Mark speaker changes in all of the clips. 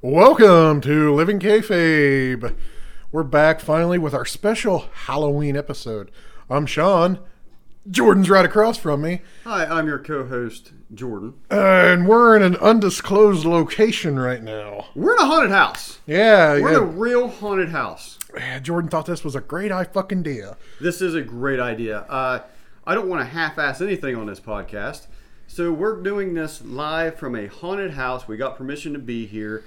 Speaker 1: Welcome to Living Kayfabe. We're back finally with our special Halloween episode. I'm Sean. Jordan's right across from me,
Speaker 2: Hi, I'm your co-host Jordan.
Speaker 1: and we're in an undisclosed location right now.
Speaker 2: We're in a haunted house.
Speaker 1: Yeah,
Speaker 2: We're
Speaker 1: yeah.
Speaker 2: in a real haunted house.
Speaker 1: Yeah, Jordan thought this was a great eye fucking idea.
Speaker 2: This is a great idea. Uh, I don't want to half-ass anything on this podcast, so we're doing this live from a haunted house. We got permission to be here,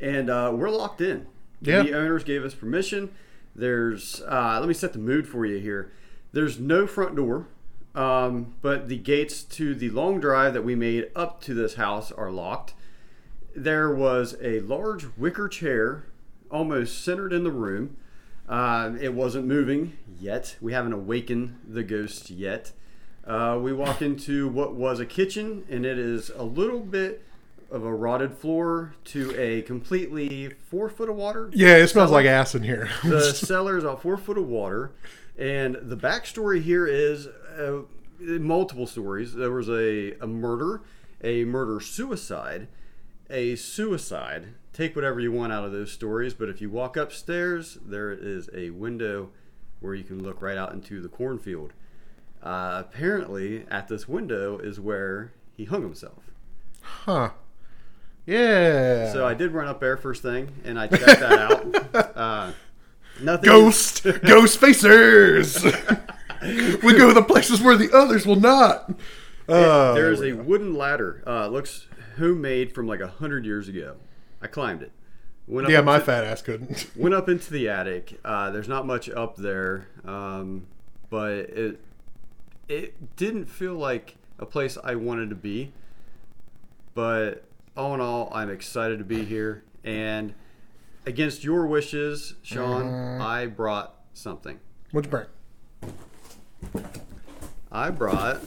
Speaker 2: and uh, we're locked in.
Speaker 1: Yeah.
Speaker 2: The owners gave us permission. There's. Uh, let me set the mood for you here. There's no front door, um, but the gates to the long drive that we made up to this house are locked. there was a large wicker chair almost centered in the room. Um, it wasn't moving yet. We haven't awakened the ghost yet. Uh, we walk into what was a kitchen, and it is a little bit of a rotted floor to a completely four foot of water.
Speaker 1: Yeah, it smells like ass in here.
Speaker 2: The cellar is about four foot of water, and the backstory here is uh, multiple stories. There was a, a murder, a murder suicide, a suicide. Take whatever you want out of those stories, but if you walk upstairs, there is a window where you can look right out into the cornfield. Uh, apparently, at this window is where he hung himself.
Speaker 1: huh. Yeah.
Speaker 2: So I did run up there first thing, and I checked that out. Uh, nothing.
Speaker 1: ghost, ghost facers. we go the places where the others will not. Uh,
Speaker 2: there is a wooden ladder. Uh, it looks homemade from like a hundred years ago. I climbed it. Went up
Speaker 1: yeah, my
Speaker 2: into-
Speaker 1: fat ass couldn't.
Speaker 2: Went up into the attic. Uh, there's not much up there, um, but it it didn't feel like a place I wanted to be. But all in all, I'm excited to be here. And against your wishes, Sean,
Speaker 1: Mm.
Speaker 2: I brought something.
Speaker 1: What'd you bring?
Speaker 2: I brought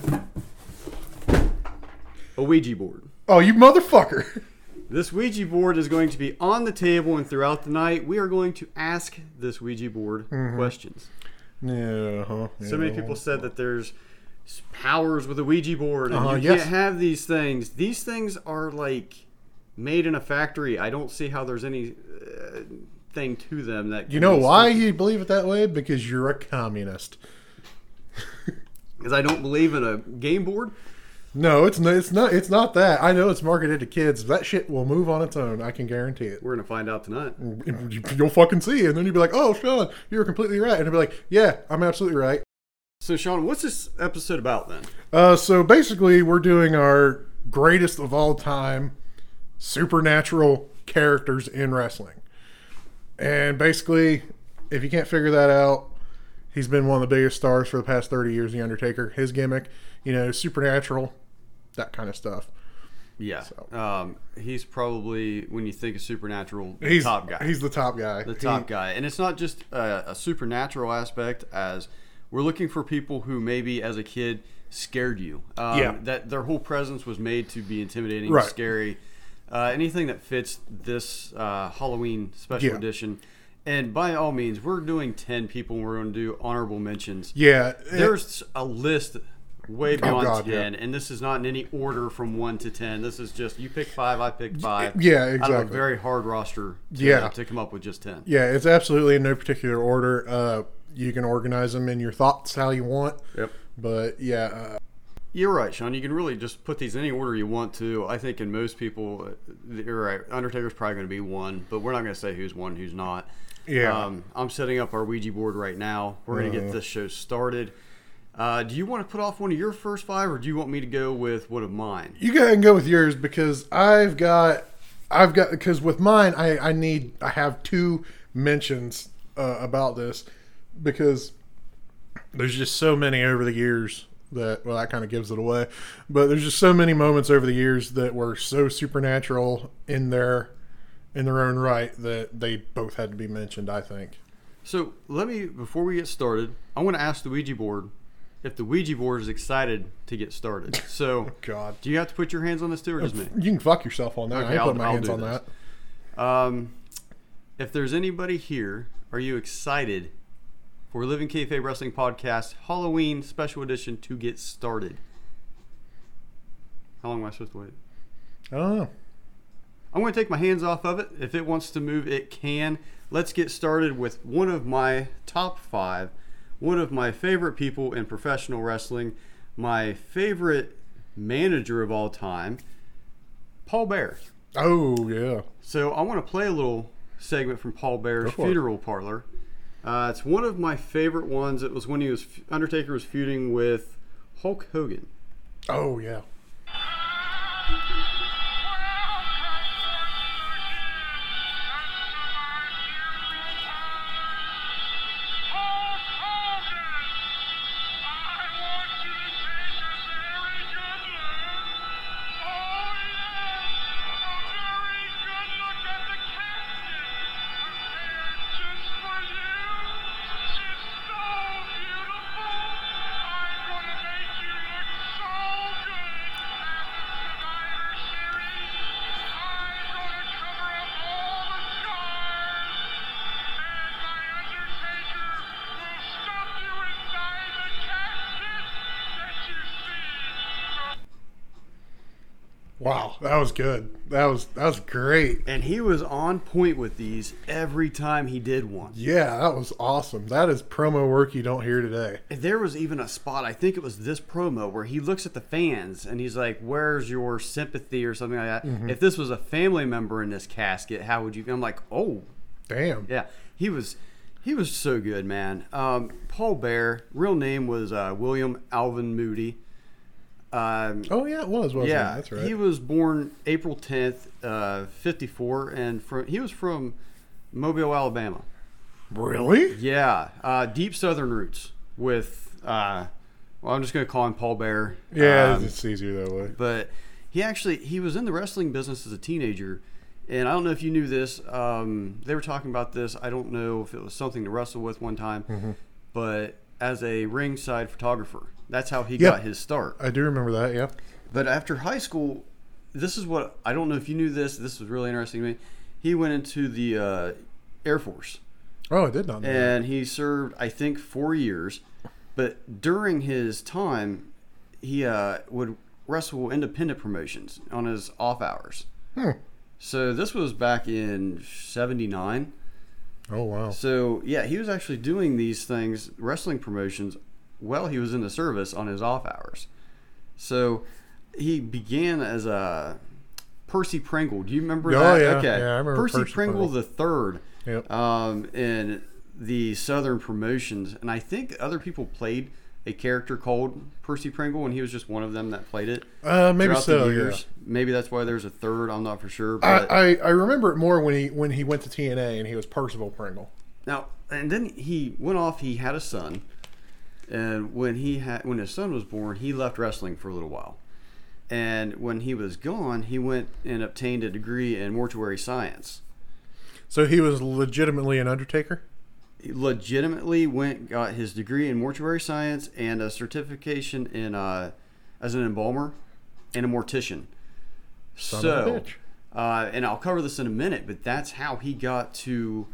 Speaker 2: a Ouija board.
Speaker 1: Oh, you motherfucker.
Speaker 2: This Ouija board is going to be on the table, and throughout the night, we are going to ask this Ouija board questions.
Speaker 1: Mm-hmm. Yeah, huh.
Speaker 2: So many people said that there's s- powers with a Ouija board, and
Speaker 1: Uh-huh,
Speaker 2: you
Speaker 1: yes.
Speaker 2: can't have these things. These things are like made in a factory. I don't see how there's any uh, thing to them that
Speaker 1: You know why you believe it that way? Because you're a communist.
Speaker 2: Because I don't believe in a game board.
Speaker 1: No, it's not. It's not. It's not that. I know it's marketed to kids. But that shit will move on its own. I can guarantee it.
Speaker 2: We're gonna find out tonight.
Speaker 1: You'll fucking see, and then you'll be like, "Oh, Sean, you're completely right," and I'll be like, "Yeah, I'm absolutely right."
Speaker 2: So, Sean, what's this episode about then?
Speaker 1: Uh, so basically, we're doing our greatest of all time supernatural characters in wrestling. And basically, if you can't figure that out, he's been one of the biggest stars for the past 30 years, The Undertaker. His gimmick, you know, supernatural, that kind of stuff.
Speaker 2: Yeah, um, he's probably when you think of supernatural, the
Speaker 1: He's
Speaker 2: top guy.
Speaker 1: He's the top guy.
Speaker 2: the top guy. And it's not just a, a supernatural aspect, as we're looking for people who maybe as a kid scared you. Um,
Speaker 1: Yeah.
Speaker 2: That their whole presence was made to be intimidating,
Speaker 1: Right.
Speaker 2: scary. Uh, anything that fits this uh, Halloween special
Speaker 1: Yeah.
Speaker 2: edition. And by all means, we're doing 10 people. We're going to do honorable mentions.
Speaker 1: Yeah. Oh,
Speaker 2: There's a list way beyond
Speaker 1: God,
Speaker 2: 10, and this is not in any order from 1 to 10. This is just you pick five, I pick five.
Speaker 1: yeah,
Speaker 2: Out of a
Speaker 1: exactly.
Speaker 2: very hard roster to,
Speaker 1: Yeah.
Speaker 2: to come up with just 10.
Speaker 1: yeah, it's absolutely in no particular order. Uh, you can organize them in your thoughts how you want.
Speaker 2: Yep.
Speaker 1: But yeah, uh,
Speaker 2: You're right, Sean. You can really just put these any order you want to. I think in most people, uh, you're right. Undertaker's probably going to be one, but we're not going to say who's one, who's not.
Speaker 1: Yeah.
Speaker 2: Um, I'm setting up our Ouija board right now. We're going to get this show started. Uh, do you want to put off one of your first five, or do you want me to go with one of mine?
Speaker 1: You go ahead and go with yours because I've got, I've got because with mine I I need I have two mentions uh, about this because there's just so many over the years that well that kind of gives it away, but there's just so many moments over the years that were so supernatural in their in their own right that they both had to be mentioned. I think.
Speaker 2: So let me, before we get started, I want to ask the Ouija board if the Ouija board is excited to get started. So,
Speaker 1: God,
Speaker 2: do you have to put your hands on this too, or just me?
Speaker 1: you can fuck yourself on that.
Speaker 2: Okay,
Speaker 1: I ain't
Speaker 2: I'll-
Speaker 1: put my
Speaker 2: I'll
Speaker 1: hands
Speaker 2: do
Speaker 1: on
Speaker 2: this.
Speaker 1: that.
Speaker 2: Um, if there's anybody here, are you excited for Living Kayfabe Wrestling Podcast Halloween Special Edition to get started? How long am I supposed to wait?
Speaker 1: Oh. I don't know.
Speaker 2: I'm going to take my hands off of it. If it wants to move, it can. Let's get started with one of my top five, one of my favorite people in professional wrestling, my favorite manager of all time, Paul Bear.
Speaker 1: Oh yeah.
Speaker 2: So I want to play a little segment from Paul Bear's
Speaker 1: Go for it.
Speaker 2: funeral parlor. Uh, it's one of my favorite ones. It was when he was Undertaker was feuding with Hulk Hogan.
Speaker 1: Oh yeah. Wow, that was good. That was that was great.
Speaker 2: And he was on point with these every time he did one.
Speaker 1: Yeah, that was awesome. That is promo work you don't hear today.
Speaker 2: There was even a spot, I think it was this promo, where he looks at the fans and he's like, Where's your sympathy or something like that?
Speaker 1: Mm-hmm.
Speaker 2: If this was a family member in this casket, how would you feel? I'm like, Oh,
Speaker 1: Damn.
Speaker 2: yeah. He was he was so good, man. Um, Paul Bear, real name was uh, William Alvin Moody. Um,
Speaker 1: Oh yeah, it was. Wasn't
Speaker 2: yeah,
Speaker 1: it? that's right.
Speaker 2: He was born April 10th, uh, 54, and from, he was from Mobile, Alabama.
Speaker 1: really?
Speaker 2: Yeah, uh, deep Southern roots with. Uh, well, I'm just going to call him Paul Bear.
Speaker 1: Yeah,
Speaker 2: Um,
Speaker 1: it's easier that way.
Speaker 2: but he actually he was in the wrestling business as a teenager, and I don't know if you knew this. Um, they were talking about this. I don't know if it was something to wrestle with one time, but as a ringside photographer, that's how he
Speaker 1: Yeah.
Speaker 2: got his start.
Speaker 1: I do remember that. Yeah.
Speaker 2: But after high school, this is what I don't know if you knew this. This was really interesting to me. He went into the uh, Air Force
Speaker 1: Oh, I did not know.
Speaker 2: and he served I think four years, but during his time, he uh, would wrestle independent promotions on his off hours.
Speaker 1: Hmm.
Speaker 2: So this was back in '79.
Speaker 1: that. Oh wow.
Speaker 2: So yeah, he was actually doing these things, wrestling promotions, while he was in the service on his off hours. So he began as a Percy Pringle. Do you remember
Speaker 1: Oh,
Speaker 2: that?
Speaker 1: yeah.
Speaker 2: Okay.
Speaker 1: Yeah, I remember
Speaker 2: Percy,
Speaker 1: Percy
Speaker 2: Pringle
Speaker 1: Pringle.
Speaker 2: the third
Speaker 1: Yep.
Speaker 2: um, in the Southern promotions, and I think other people played a character called Percy Pringle, and he was just one of them that played it.
Speaker 1: Uh, maybe
Speaker 2: throughout
Speaker 1: so.
Speaker 2: the
Speaker 1: Yeah.
Speaker 2: years. Maybe that's why there's a third. I'm not for sure. But
Speaker 1: I, I, I remember it more when he when he went to TNA and he was Percival Pringle.
Speaker 2: Now, and then he went off. He had a son, and when he had when his son was born, he left wrestling for a little while. And when he was gone, he went and obtained a degree in mortuary science.
Speaker 1: So he was legitimately an Undertaker.
Speaker 2: He legitimately went got his degree in mortuary science and a certification in uh, as an embalmer and a mortician.
Speaker 1: Son
Speaker 2: so,
Speaker 1: of a bitch.
Speaker 2: Uh, and I'll cover this in a minute, but that's how he got to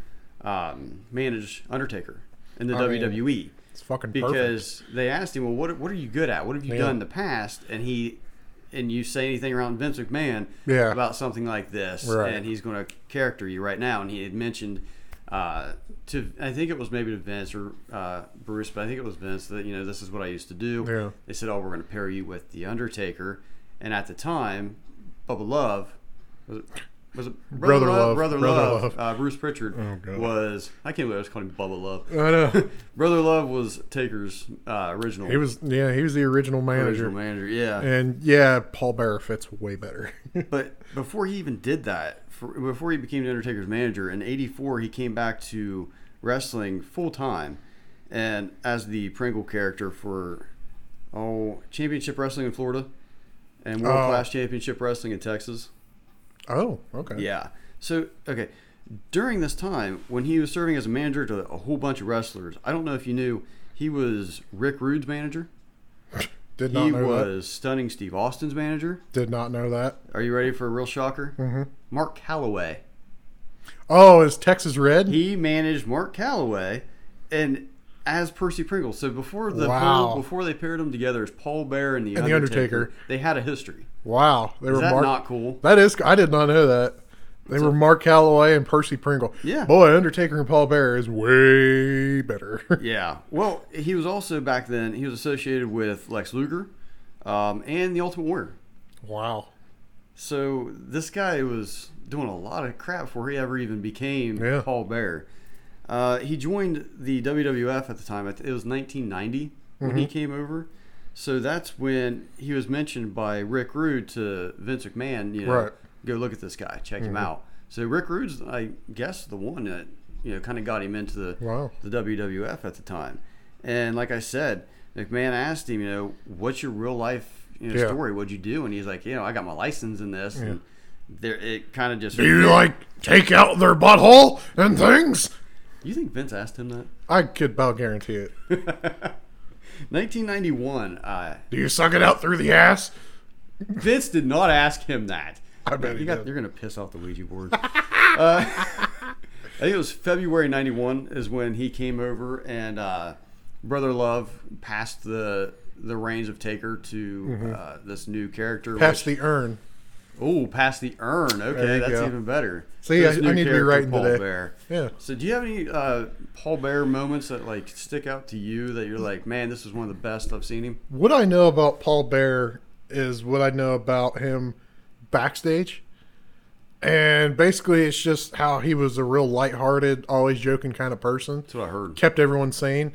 Speaker 2: um, manage Undertaker in the E.
Speaker 1: I mean,
Speaker 2: WWE.
Speaker 1: It's fucking perfect.
Speaker 2: because they asked him, "Well, what what are you good at? What have you
Speaker 1: Yeah.
Speaker 2: done in the past?" And he and you say anything around Vince McMahon
Speaker 1: Yeah.
Speaker 2: about something like this,
Speaker 1: Right.
Speaker 2: and he's going to character you right now. And he had mentioned uh, to I think it was maybe to Vince or uh, Bruce, but I think it was Vince that you know this is what I used to do.
Speaker 1: Yeah.
Speaker 2: They said, "Oh, we're going to pair you with the Undertaker," and at the time, Bubba Love was it. Was it
Speaker 1: Brother
Speaker 2: Brother, Love?
Speaker 1: Love,
Speaker 2: Brother,
Speaker 1: Brother
Speaker 2: Love,
Speaker 1: Love. Oh,
Speaker 2: Uh, Bruce Pritchard
Speaker 1: God.
Speaker 2: was, I can't believe I was calling him Bubba Love.
Speaker 1: I know.
Speaker 2: Brother Love was Taker's uh, original,
Speaker 1: He was yeah, he was the original manager.
Speaker 2: original manager, yeah.
Speaker 1: And yeah, Paul Bearer fits way better.
Speaker 2: But before he even did that, for, before he became the Undertaker's manager in '84, he came back to wrestling full time, and as the Pringle character for oh Championship Wrestling in Florida, and World Class Championship Wrestling in Texas.
Speaker 1: oh, okay.
Speaker 2: Yeah. So okay, during this time when he was serving as a manager to a whole bunch of wrestlers, I don't know if you knew he was Rick Rude's manager.
Speaker 1: Did not
Speaker 2: He
Speaker 1: know
Speaker 2: was stunning Steve Austin's manager.
Speaker 1: that. Did not know that.
Speaker 2: Are you ready for a real shocker? Mm-hmm. Mark Calloway.
Speaker 1: Oh, is Texas Red?
Speaker 2: He managed Mark Calloway, and as Percy Pringle. So before the
Speaker 1: Wow.
Speaker 2: before they paired them together as Paul Bear and the,
Speaker 1: And The
Speaker 2: Undertaker,
Speaker 1: Undertaker.
Speaker 2: they had a history.
Speaker 1: wow, they
Speaker 2: Is
Speaker 1: were
Speaker 2: that
Speaker 1: marked.
Speaker 2: not cool?
Speaker 1: that is. I did not know that. They were Mark Calloway and Percy Pringle.
Speaker 2: Yeah.
Speaker 1: Boy, Undertaker and Paul Bear is way better.
Speaker 2: Yeah. Well, he was also back then. He was associated with Lex Luger, um, and the Ultimate Warrior.
Speaker 1: wow.
Speaker 2: So this guy was doing a lot of crap before he ever even became
Speaker 1: Yeah.
Speaker 2: Paul Bear. Uh, he joined the WWF at the time. It was 1990 when
Speaker 1: Mm-hmm.
Speaker 2: he came over. So that's when he was mentioned by Rick Rude to Vince McMahon. You know,
Speaker 1: Right. Mm-hmm.
Speaker 2: go look at this guy, check him out. So Rick Rude's, I guess, the one that you know kind of got him into the
Speaker 1: Wow.
Speaker 2: the WWF at the time. And like I said, McMahon asked him, you know, what's your real life you know,
Speaker 1: Yeah.
Speaker 2: story? What'd you do? And he's like, you know, I got my license in this. And there, it kind of just.
Speaker 1: Do you like take out their butthole and things?
Speaker 2: You think Vince asked him that?
Speaker 1: I could about guarantee it.
Speaker 2: 1991. Uh,
Speaker 1: Do you suck it out through the ass?
Speaker 2: Vince did not ask him that.
Speaker 1: I bet
Speaker 2: You
Speaker 1: he
Speaker 2: got,
Speaker 1: did.
Speaker 2: you're gonna piss off the Ouija board. uh, I think it was February '91 is when he came over, and uh, Brother Love passed the the reins of Taker to uh, this new character.
Speaker 1: Pass the urn.
Speaker 2: Oh, past the urn. Okay,
Speaker 1: you
Speaker 2: that's
Speaker 1: go.
Speaker 2: even better.
Speaker 1: See,
Speaker 2: This
Speaker 1: I-
Speaker 2: new
Speaker 1: I need to be
Speaker 2: character,
Speaker 1: writing
Speaker 2: Paul
Speaker 1: today.
Speaker 2: Bear.
Speaker 1: Yeah.
Speaker 2: So, do you have any uh, Paul Bear moments that like stick out to you that you're like, man, this is one of the best I've seen him?
Speaker 1: What I know about Paul Bear is what I know about him backstage. And basically, it's just how he was a real lighthearted, always joking kind of person.
Speaker 2: That's what I heard.
Speaker 1: kept everyone sane,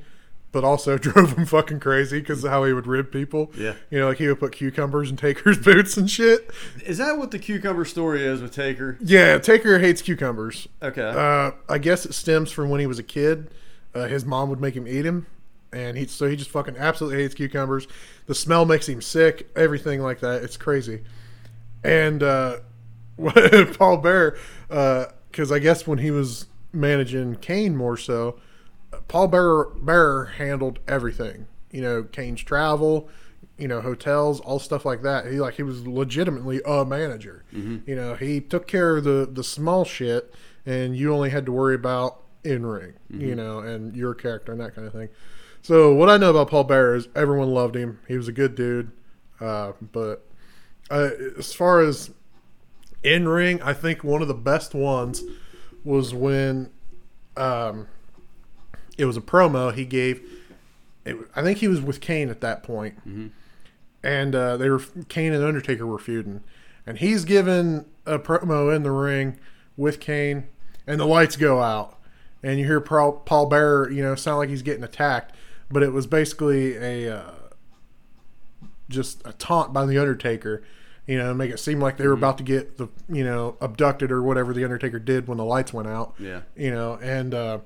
Speaker 1: but also drove them fucking crazy because of how he would rib people.
Speaker 2: Yeah.
Speaker 1: You know, like he would put cucumbers in Taker's boots and shit.
Speaker 2: Is that what the cucumber story is with Taker?
Speaker 1: Yeah, Taker hates cucumbers.
Speaker 2: Okay.
Speaker 1: Uh, I guess it stems from when he was a kid. Uh, his mom would make him eat him, and he so he just fucking absolutely hates cucumbers. The smell makes him sick. Everything like that. It's crazy. And uh, Paul Bear, because I guess when he was managing Kane more so, Paul Bear Bear handled everything. You know, Kane's travel, you know, hotels, all stuff like that. He like he was legitimately a manager. You know, he took care of the the small shit, and you only had to worry about in ring. You know, and your character and that kind of thing. So what I know about Paul Bear is everyone loved him. He was a good dude, uh, but uh, as far as in ring, I think one of the best ones was when um, it was a promo he gave. It, I think he was with Kane at that point, and uh, they were Kane and Undertaker were feuding, and he's given a promo in the ring with Kane, and the lights go out, and you hear Paul, Paul Bearer, you know, sound like he's getting attacked, but it was basically a. Uh, just a taunt by the Undertaker, you know, make it seem like they were about to get the you know abducted or whatever the Undertaker did when the lights went out.
Speaker 2: Yeah.
Speaker 1: you know, and uh,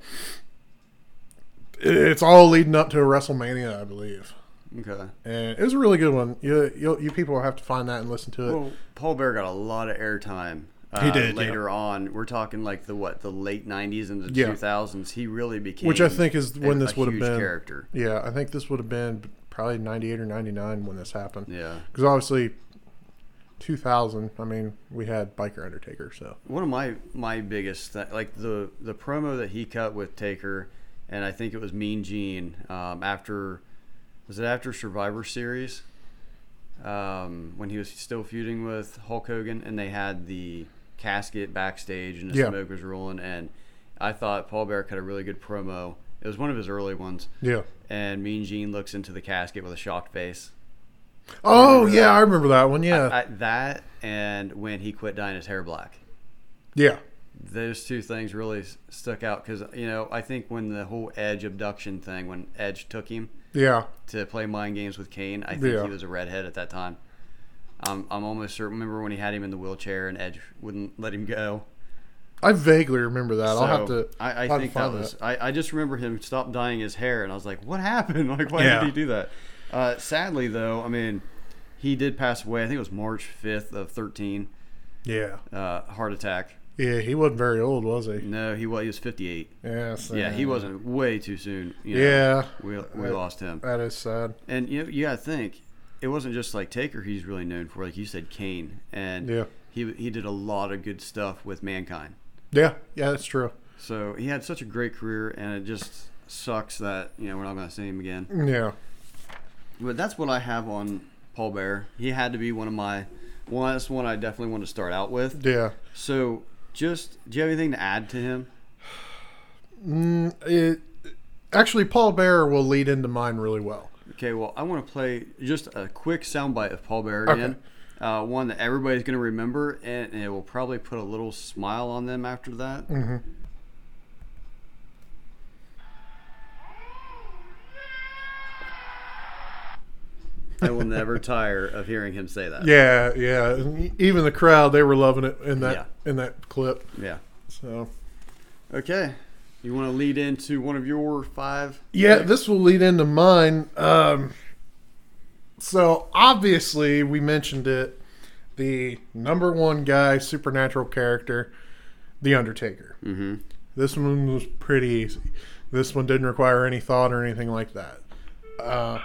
Speaker 1: it- it's all leading up to a WrestleMania, I believe,
Speaker 2: Okay.
Speaker 1: and it was a really good one. You you, you people will have to find that and listen to it.
Speaker 2: Well, Paul Bear got a lot of airtime. Uh,
Speaker 1: He did, yeah.
Speaker 2: later on. We're talking like the what the late '90s and the
Speaker 1: Yeah.
Speaker 2: 2000s. He really became,
Speaker 1: Which I think is
Speaker 2: a-
Speaker 1: when this
Speaker 2: a
Speaker 1: would have
Speaker 2: huge
Speaker 1: been.
Speaker 2: character.
Speaker 1: yeah, I think this would have been probably ninety eight or ninety nine when this happened.
Speaker 2: Yeah.
Speaker 1: because obviously. 2000 i mean we had biker undertaker so
Speaker 2: One of my my biggest th- like the the promo that he cut with Taker, and I think it was Mean Gene um, after was it after Survivor Series um, when he was still feuding with Hulk Hogan, and they had the casket backstage and the
Speaker 1: Yeah.
Speaker 2: smoke was rolling, and I thought Paul Bear cut a really good promo. It was one of his early ones,
Speaker 1: yeah
Speaker 2: and Mean Gene looks into the casket with a shocked face.
Speaker 1: oh yeah i remember that one yeah
Speaker 2: I, that and when he quit dyeing his hair black.
Speaker 1: yeah
Speaker 2: those two things really s- stuck out because you know I think when the whole Edge abduction thing, when Edge took him
Speaker 1: Yeah,
Speaker 2: to play mind games with Kane, I think
Speaker 1: Yeah.
Speaker 2: he was a redhead at that time. Um, I'm almost certain. Remember when he had him in the wheelchair and Edge wouldn't let him go?
Speaker 1: I vaguely remember that. I'll have
Speaker 2: So,
Speaker 1: to. I'll have
Speaker 2: I, I
Speaker 1: to
Speaker 2: think that
Speaker 1: find
Speaker 2: was. I, I just remember him stop dyeing his hair, and I was like, "What happened? Like, why
Speaker 1: Yeah.
Speaker 2: did he do that?" Uh, sadly, though, I mean, he did pass away. I think it was March 5th of 13,
Speaker 1: Yeah,
Speaker 2: uh, heart attack.
Speaker 1: yeah. He wasn't very old, was he?
Speaker 2: No, he was. He was 58.
Speaker 1: Yeah. so-
Speaker 2: Mm. Yeah, he wasn't way too soon. you know.
Speaker 1: Yeah,
Speaker 2: we, we lost him.
Speaker 1: that is sad.
Speaker 2: And you know, you gotta think, it wasn't just like Taker. He's really known for, like you said, Kane, and
Speaker 1: Yeah.
Speaker 2: he he did a lot of good stuff with Mankind.
Speaker 1: Yeah, yeah, that's true.
Speaker 2: So he had such a great career, and it just sucks that you know we're not gonna see him again.
Speaker 1: Yeah,
Speaker 2: But that's what I have on Paul Bear. He had to be one of my one. That's one I definitely want to start out with.
Speaker 1: yeah.
Speaker 2: So Just, do you have anything to add to him?
Speaker 1: Mm, it, actually, Paul Bearer will lead into mine really well.
Speaker 2: Okay, well, I want to play just a quick soundbite of Paul Bearer again. Uh, one that everybody's going to remember, and, and it will probably put a little smile on them after that.
Speaker 1: Mm-hmm.
Speaker 2: I will never tire of hearing him say that.
Speaker 1: Yeah, yeah. and Even the crowd, they were loving it in that
Speaker 2: Yeah.
Speaker 1: in that clip.
Speaker 2: Yeah.
Speaker 1: So
Speaker 2: Okay. You want to lead into one of your five?
Speaker 1: yeah, this will lead into mine. Um, so obviously, we mentioned it. The number one guy, supernatural character, the Undertaker. Mm-hmm. This one was pretty easy. This one didn't require any thought or anything like that. Uh,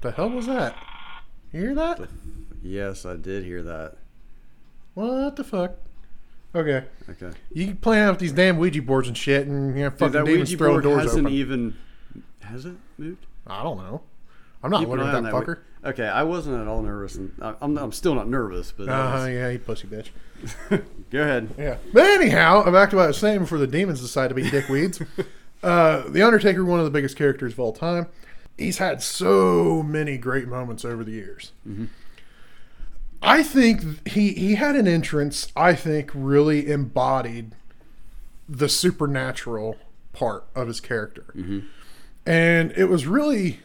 Speaker 1: the hell was that? You hear that?
Speaker 2: Yes, I did hear that.
Speaker 1: What the fuck? Okay.
Speaker 2: Okay.
Speaker 1: You can play out with these damn Ouija boards and shit, and you know, fucking
Speaker 2: Dude, that
Speaker 1: demons
Speaker 2: Ouija
Speaker 1: throwing
Speaker 2: board e-
Speaker 1: doors
Speaker 2: hasn't
Speaker 1: open.
Speaker 2: even has it moved?
Speaker 1: I don't know. I'm not
Speaker 2: Keep an
Speaker 1: looking
Speaker 2: eye
Speaker 1: at
Speaker 2: on
Speaker 1: that
Speaker 2: that
Speaker 1: fucker.
Speaker 2: Ou- Okay, I wasn't at all nervous, and I- I'm I'm still not nervous. But that
Speaker 1: Uh,
Speaker 2: was-
Speaker 1: yeah, you pussy bitch.
Speaker 2: go ahead.
Speaker 1: Yeah. But anyhow, back to what I was saying before the demons decide to be dickweeds. uh, the Undertaker, one of the biggest characters of all time. He's had so many great moments over the years. I think he he had an entrance. I think really embodied the supernatural part of his character, and it was really.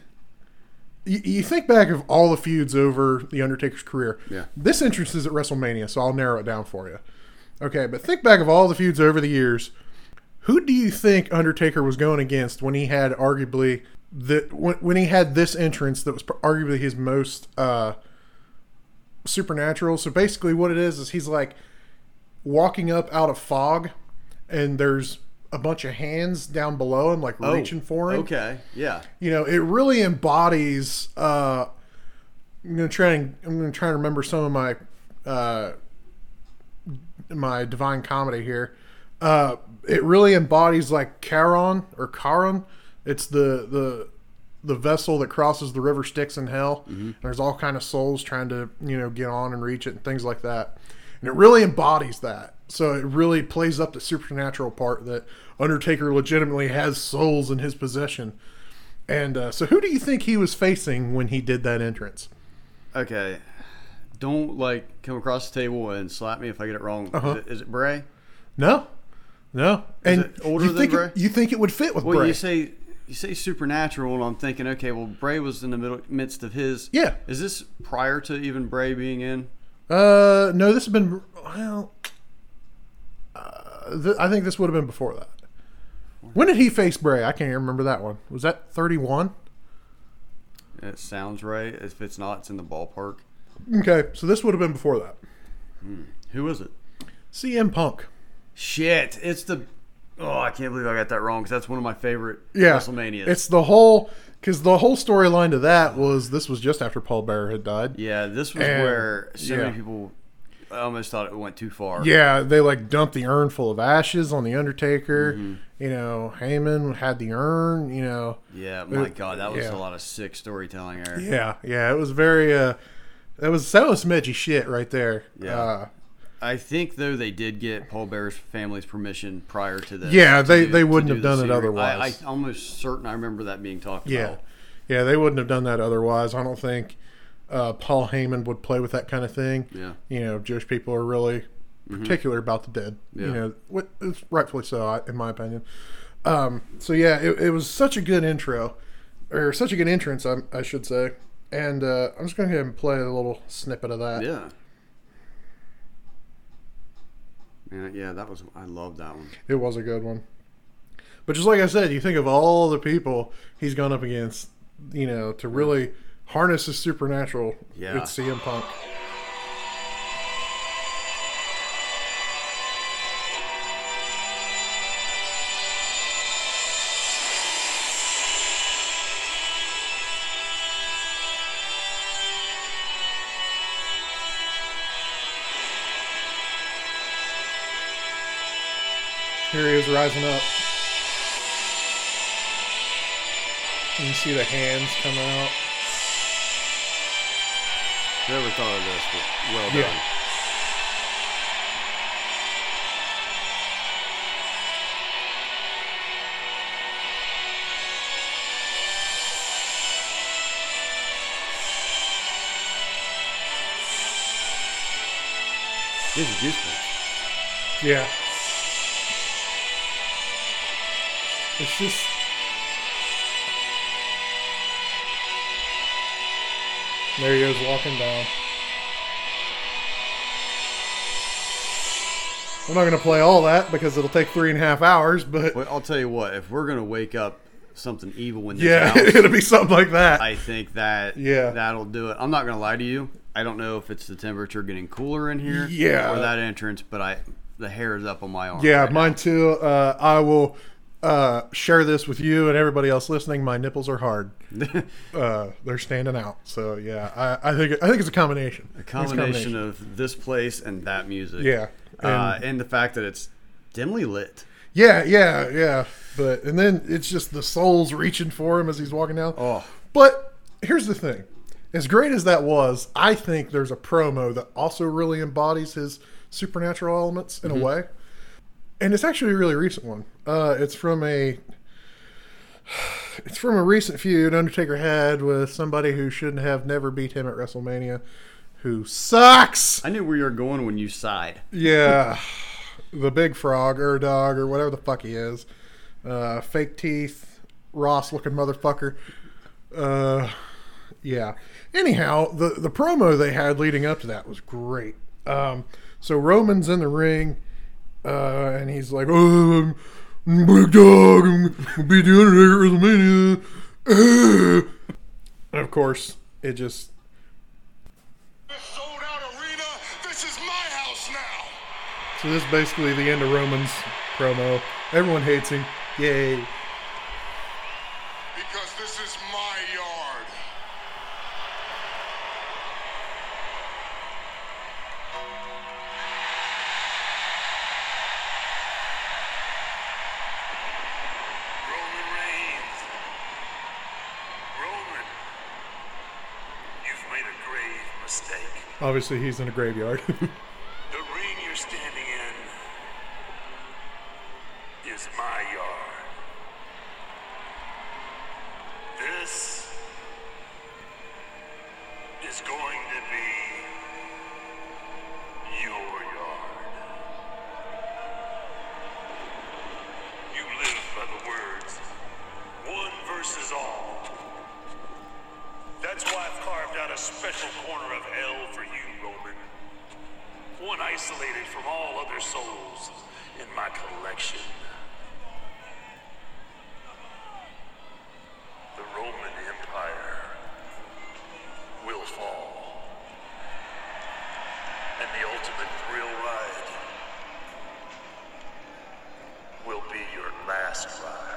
Speaker 1: You, you think back of all the feuds over the Undertaker's career.
Speaker 2: Yeah.
Speaker 1: This entrance is at WrestleMania, so I'll narrow it down for you. Okay, but think back of all the feuds over the years. Who do you think Undertaker was going against when he had arguably the when, when he had this entrance that was arguably his most uh, supernatural? So basically, what it is is he's like walking up out of fog, and there's a bunch of hands down below him, like reaching for him.
Speaker 2: Oh, Okay, yeah,
Speaker 1: You know, it really embodies. Uh, I'm gonna try and I'm gonna try and remember some of my uh, my divine comedy here. Uh, it really embodies like Charon or Charon. It's the the the vessel that crosses the river Styx in hell. And there's all kind of souls trying to you know get on and reach it and things like that. And it really embodies that. So it really plays up the supernatural part that Undertaker legitimately has souls in his possession. And uh, so, who do you think he was facing when he did that entrance?
Speaker 2: okay. Don't like come across the table and slap me if I get it wrong.
Speaker 1: Uh-huh.
Speaker 2: Is, it, is it Bray?
Speaker 1: No, no. And
Speaker 2: it older
Speaker 1: you
Speaker 2: than
Speaker 1: think
Speaker 2: Bray?
Speaker 1: It, you think it would fit with
Speaker 2: Well,
Speaker 1: Bray?
Speaker 2: you say you say supernatural, and I'm thinking, okay, well, Bray was in the middle midst of his.
Speaker 1: Yeah.
Speaker 2: Is this prior to even Bray being in?
Speaker 1: uh, no. This has been well. Uh, th- I think this would have been before that. When did he face Bray? I can't even remember that one. Was that thirty-one?
Speaker 2: It sounds right. If it's not, it's in the ballpark.
Speaker 1: Okay, so this would have been before that.
Speaker 2: Who is it?
Speaker 1: CM Punk.
Speaker 2: Shit! It's the. Oh, I can't believe I got that wrong because that's one of my favorite
Speaker 1: Yeah,
Speaker 2: WrestleManias.
Speaker 1: It's the whole because the whole storyline to that was this was just after Paul Bearer had died.
Speaker 2: yeah, this was
Speaker 1: And-
Speaker 2: where so
Speaker 1: yeah.
Speaker 2: many people I almost thought it went too far.
Speaker 1: Yeah, they like dumped the urn full of ashes on the Undertaker. You know, Heyman had the urn. You know,
Speaker 2: Yeah, my
Speaker 1: Uh,
Speaker 2: God, that was
Speaker 1: yeah.
Speaker 2: a lot of sick storytelling there.
Speaker 1: yeah, yeah, it was very uh, that was that was some edgy shit right there.
Speaker 2: Yeah.
Speaker 1: uh,
Speaker 2: I think though they did get Paul Bear's family's permission prior to this.
Speaker 1: Yeah,
Speaker 2: to
Speaker 1: they-
Speaker 2: do-
Speaker 1: they
Speaker 2: to
Speaker 1: wouldn't
Speaker 2: do
Speaker 1: have
Speaker 2: the
Speaker 1: done it
Speaker 2: series.
Speaker 1: otherwise.
Speaker 2: I, I almost certain I remember that being talked
Speaker 1: yeah,
Speaker 2: about.
Speaker 1: yeah. They wouldn't have done that otherwise. I don't think uh, Paul Heyman would play with that kind of thing.
Speaker 2: Yeah. Mm-hmm.
Speaker 1: you know, Jewish people are really particular about the dead. You
Speaker 2: Yeah.
Speaker 1: know, what, it's rightfully so, I- in my opinion. Um, so yeah, it, it was such a good intro, or such a good entrance, I, I should say. And uh, I'm just going to go ahead and play a little snippet of that.
Speaker 2: Yeah. Man, yeah, that was I love that one.
Speaker 1: It was a good one. But just like I said, you think of all the people he's gone up against, you know, to really harness his supernatural.
Speaker 2: Yeah.
Speaker 1: It's CM Punk. Here he is rising up. You can see the hands come out.
Speaker 2: Never thought of this, but well done.
Speaker 1: Yeah.
Speaker 2: This is useful.
Speaker 1: Yeah. It's just. There he goes walking down. I'm not going to play all that because it'll take three and a half hours, but
Speaker 2: Well, I'll tell you what. If we're gonna wake up something evil in this
Speaker 1: yeah,
Speaker 2: house,
Speaker 1: it'll be something like that.
Speaker 2: I think that
Speaker 1: Yeah.
Speaker 2: that'll do it. I'm not gonna lie to you. I don't know if it's the temperature getting cooler in here,
Speaker 1: Yeah.
Speaker 2: or that entrance, but I the hair is up on my arm.
Speaker 1: yeah, mine too. Uh, I will uh, share this with you and everybody else listening. My nipples are hard. uh, they're standing out. So yeah, I, I think I think it's a combination. A
Speaker 2: combination of this place and that music.
Speaker 1: Yeah,
Speaker 2: uh, and the fact that it's dimly lit.
Speaker 1: Yeah, yeah, yeah. But and then it's just the souls reaching for him as he's walking down.
Speaker 2: Oh.
Speaker 1: But here's the thing. As great as that was, I think there's a promo that also really embodies his supernatural elements in a way. And it's actually a really recent one. Uh, it's from a it's from a recent feud Undertaker had with somebody who shouldn't have never beat him at WrestleMania, who sucks.
Speaker 2: I knew where you were going when you sighed.
Speaker 1: Yeah, the big frog or dog or whatever the fuck he is, uh, fake teeth, Ross looking motherfucker. Uh, yeah. Anyhow, the the promo they had leading up to that was great. Um, so Roman's in the ring, uh, and he's like, "Oh, I'm big dog, I'm gonna beat the Undertaker at WrestleMania." Uh. And of course, it just
Speaker 3: This sold out arena. This is my house now.
Speaker 1: So this is basically the end of Roman's promo. Everyone hates him. Yay.
Speaker 3: Because this is my yard. Roman Reigns. Roman, you've made a grave mistake.
Speaker 1: Obviously, he's in a graveyard. Uh,
Speaker 3: The ring you're standing in is my yard. This is going to be your yard. You live by the words one versus all. That's why I've carved out a special corner of hell for you, Roman one isolated from all other souls in my collection. The Roman Empire will fall, and the ultimate thrill ride will be your last ride.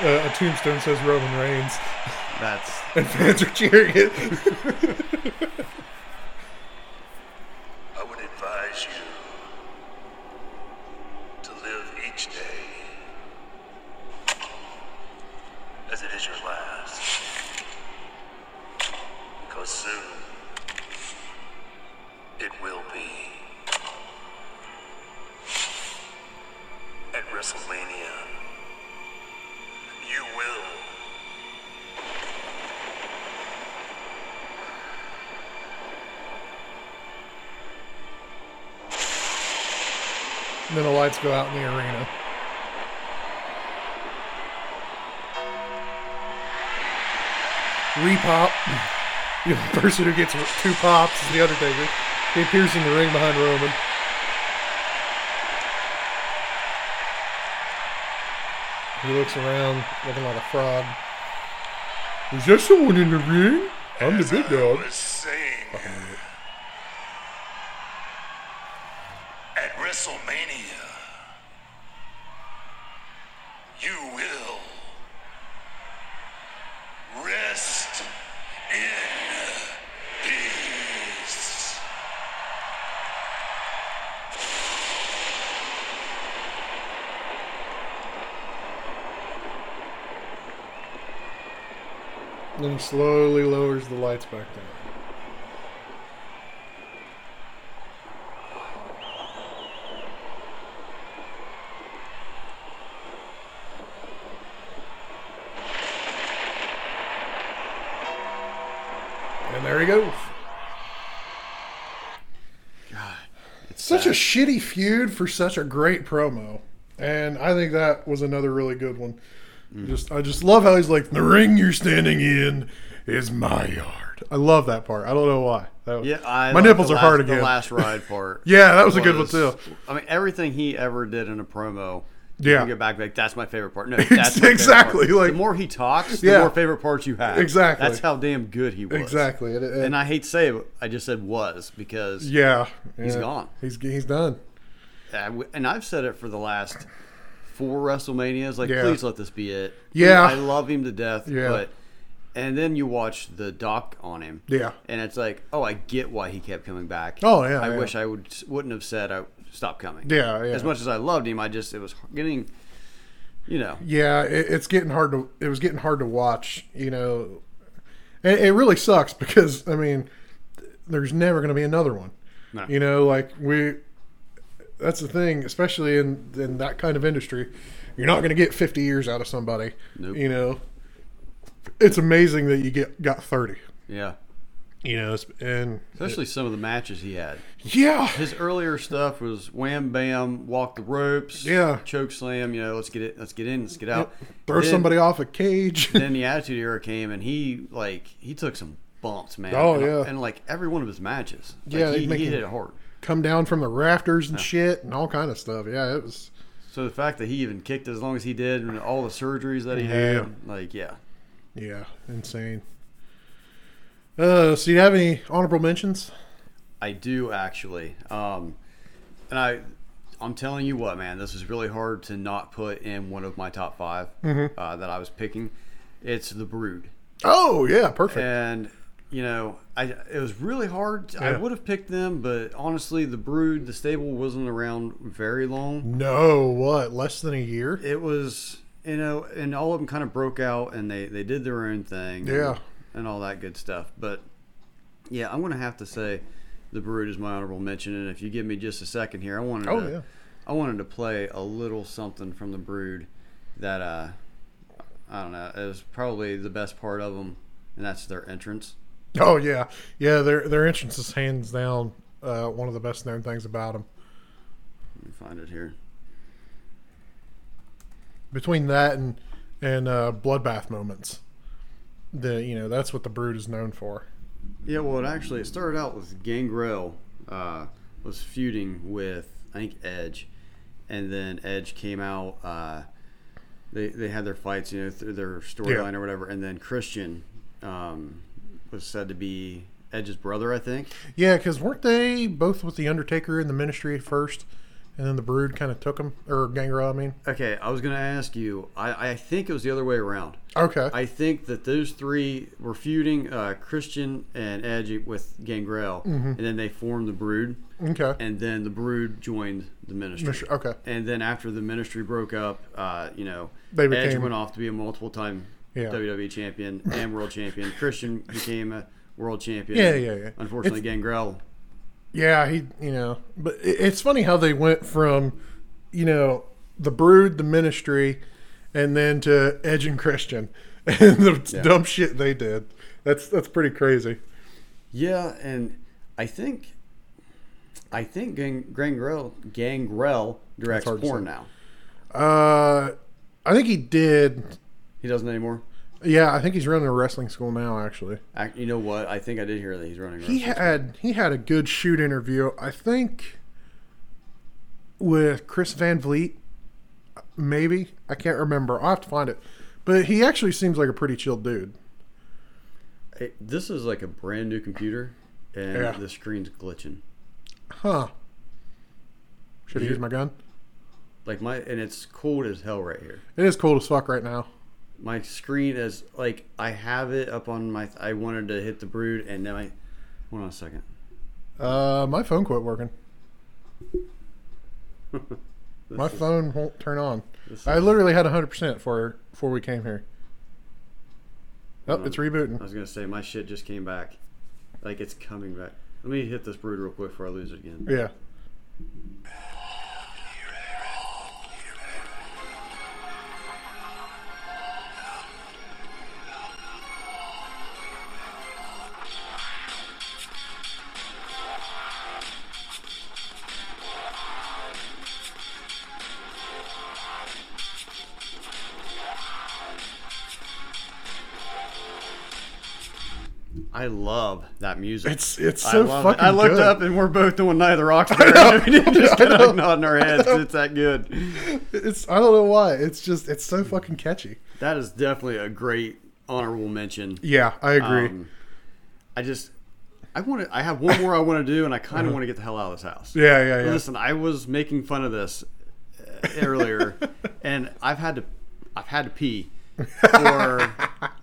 Speaker 1: uh, a tombstone says Roman Reigns,
Speaker 2: That's
Speaker 1: and fans are cheering it.
Speaker 3: I would advise you to live each day as it is your last. Because soon it will be. At WrestleMania, you will
Speaker 1: And then the lights go out in the arena. Repop. The only person who gets two pops is The Undertaker. He appears in the ring behind Roman. He looks around looking like a frog. Is there someone in the ring? I'm the big
Speaker 3: I
Speaker 1: dog.
Speaker 3: was saying. At WrestleMania, you will rest in peace.
Speaker 1: Then he slowly lowers the lights back down. And there he goes.
Speaker 2: It's
Speaker 1: Such
Speaker 2: sad.
Speaker 1: a shitty feud for such a great promo. And I think that was another really good one. Just I just love how he's like, The ring you're standing in is my yard. I love that part. I don't know why. That was-
Speaker 2: yeah. I
Speaker 1: my
Speaker 2: like
Speaker 1: nipples
Speaker 2: the
Speaker 1: are hard
Speaker 2: last-
Speaker 1: again.
Speaker 2: The last ride part.
Speaker 1: Yeah, that was a good one, too.
Speaker 2: I mean, everything he ever did in a promo.
Speaker 1: Yeah.
Speaker 2: you go back, like that's my favorite part. No, that's my favorite part."
Speaker 1: Exactly, like-
Speaker 2: the more he talks, the
Speaker 1: Yeah.
Speaker 2: more favorite parts you have.
Speaker 1: Exactly.
Speaker 2: That's how damn good he was.
Speaker 1: Exactly. And, and-
Speaker 2: And I hate to say it, I just said was because
Speaker 1: yeah,
Speaker 2: He's
Speaker 1: yeah.
Speaker 2: gone.
Speaker 1: He's he's done.
Speaker 2: I w- and I've said it for the last four WrestleManias. Like,
Speaker 1: Yeah.
Speaker 2: please let this be it.
Speaker 1: Yeah.
Speaker 2: I love him to death.
Speaker 1: Yeah.
Speaker 2: But and then you watch the doc on him.
Speaker 1: Yeah.
Speaker 2: And it's like, oh, I get why he kept coming back.
Speaker 1: Oh, yeah,
Speaker 2: I
Speaker 1: yeah.
Speaker 2: wish I would wouldn't have said I stopped coming.
Speaker 1: Yeah, yeah.
Speaker 2: As much as I loved him, I just it was getting, you know,
Speaker 1: Yeah, it, it's getting hard to. It was getting hard to watch. You know, and it really sucks because I mean, th- there's never going to be another one.
Speaker 2: No.
Speaker 1: You know, like we. That's the thing, especially in in that kind of industry, you're not going to get 50 years out of somebody.
Speaker 2: Nope.
Speaker 1: You know, it's amazing that you get got 30.
Speaker 2: yeah.
Speaker 1: You know, it's- and
Speaker 2: Especially some of the matches he had.
Speaker 1: yeah,
Speaker 2: His earlier stuff was wham bam, walk the ropes,
Speaker 1: Yeah.
Speaker 2: choke slam. You know, let's get it, let's get in, let's get out.
Speaker 1: throw
Speaker 2: Then-
Speaker 1: somebody off a cage.
Speaker 2: then the Attitude Era came, and he like he took some bumps, man.
Speaker 1: Oh,
Speaker 2: and,
Speaker 1: yeah.
Speaker 2: and like every one of his matches, like,
Speaker 1: Yeah,
Speaker 2: he,
Speaker 1: they'd make
Speaker 2: he
Speaker 1: him-
Speaker 2: hit it hard.
Speaker 1: come down from the rafters and shit and all kind of stuff. Yeah, it was.
Speaker 2: So the fact that he even kicked as long as he did, and all the surgeries that he
Speaker 1: Yeah.
Speaker 2: had, like yeah,
Speaker 1: Yeah, insane. Uh, so you have any honorable mentions?
Speaker 2: I do actually. Um, and I, I'm telling you what, man, this is really hard to not put in one of my top 5
Speaker 1: Mm-hmm.
Speaker 2: uh, that I was picking. It's the Brood.
Speaker 1: Oh yeah, perfect.
Speaker 2: and you know I it was really hard. I
Speaker 1: Yeah.
Speaker 2: would have picked them, but honestly, the brood, the stable wasn't around very long.
Speaker 1: no, what? Less than a year?
Speaker 2: It was you know, and all of them kind of broke out and they they did their own thing.
Speaker 1: Yeah.
Speaker 2: and, and all that good stuff. But yeah, I'm gonna have to say the brood is my honorable mention. And if you give me just a second here, I wanted
Speaker 1: Oh,
Speaker 2: to
Speaker 1: yeah.
Speaker 2: I wanted to play a little something from the brood that uh I don't know it was probably the best part of them, and that's their entrance.
Speaker 1: Oh yeah, yeah. Their their entrance is hands down uh, one of the best known things about them.
Speaker 2: Let me find it here.
Speaker 1: Between that and and uh, bloodbath moments, the you know that's what the brood is known for.
Speaker 2: Yeah, well, it actually it started out with Gangrel uh, was feuding with I think Edge, and then Edge came out. Uh, they they had their fights, you know, through their storyline or whatever, and then Christian um, was said to be Edge's brother, I think.
Speaker 1: Yeah, because weren't they both with the Undertaker in the Ministry at first, and then the Brood kind of took them or Gangrel? I mean,
Speaker 2: Okay, I was gonna ask you. I, I think it was the other way around.
Speaker 1: okay,
Speaker 2: I think that those three were feuding uh, Christian and Edge with Gangrel, and then they formed the Brood,
Speaker 1: okay,
Speaker 2: and then the Brood joined the
Speaker 1: Ministry- okay.
Speaker 2: and then after the ministry broke up, uh, you know,
Speaker 1: They
Speaker 2: Edge
Speaker 1: became-
Speaker 2: went off to be a multiple time
Speaker 1: Yeah.
Speaker 2: WWE E champion and world champion. Christian became a world champion.
Speaker 1: Yeah, yeah, yeah.
Speaker 2: Unfortunately, Gangrel.
Speaker 1: Yeah, he, you know, but it- it's funny how they went from, you know, the brood, the ministry, and then to Edge and Christian and the dumb shit they did. That's that's pretty crazy.
Speaker 2: Yeah, and I think, I think Gang- Gangrel Gangrel directs
Speaker 1: hard to
Speaker 2: porn
Speaker 1: say.
Speaker 2: now.
Speaker 1: Uh, I think he did.
Speaker 2: He doesn't anymore.
Speaker 1: Yeah, I think he's running a wrestling school now. Actually,
Speaker 2: Ac you know what? I think I did hear that he's running.
Speaker 1: he had he had a good shoot interview. I think with Chris Van Vliet, maybe I can't remember. I will have to find it. But he actually seems like a pretty chill dude.
Speaker 2: Hey, this is like a brand new computer, and
Speaker 1: Yeah.
Speaker 2: the screen's glitching.
Speaker 1: Huh. Should have used my gun.
Speaker 2: Like my, and it's cold as hell right here.
Speaker 1: It is cold as fuck right now.
Speaker 2: my screen is like I have it up on my. I wanted to hit the brood, and then I. Hold on a second.
Speaker 1: Uh, my phone quit working. my phone won't turn on.
Speaker 2: This
Speaker 1: I
Speaker 2: is-
Speaker 1: literally had 100% for before we came here. Oh,
Speaker 2: Hold
Speaker 1: it's
Speaker 2: on. I
Speaker 1: rebooting.
Speaker 2: was gonna say my shit just came back, like it's coming back. Let me hit this brood real quick before I lose it again.
Speaker 1: Yeah.
Speaker 2: I love that music.
Speaker 1: It's- it's
Speaker 2: I
Speaker 1: so
Speaker 2: love
Speaker 1: fucking
Speaker 2: I looked
Speaker 1: good.
Speaker 2: up and we're both doing Night of the Roxbury. we just kind of nodding our heads. It's that good.
Speaker 1: It's I don't know why. It's just it's so fucking catchy.
Speaker 2: That is definitely a great honorable mention.
Speaker 1: Yeah, I agree.
Speaker 2: Um, I just, I want to. I have one more I want to do, and I kind of want to get the hell out of this house.
Speaker 1: Uh-huh. yeah, yeah, yeah.
Speaker 2: Listen, I was making fun of this uh, earlier, and I've had to, I've had to pee for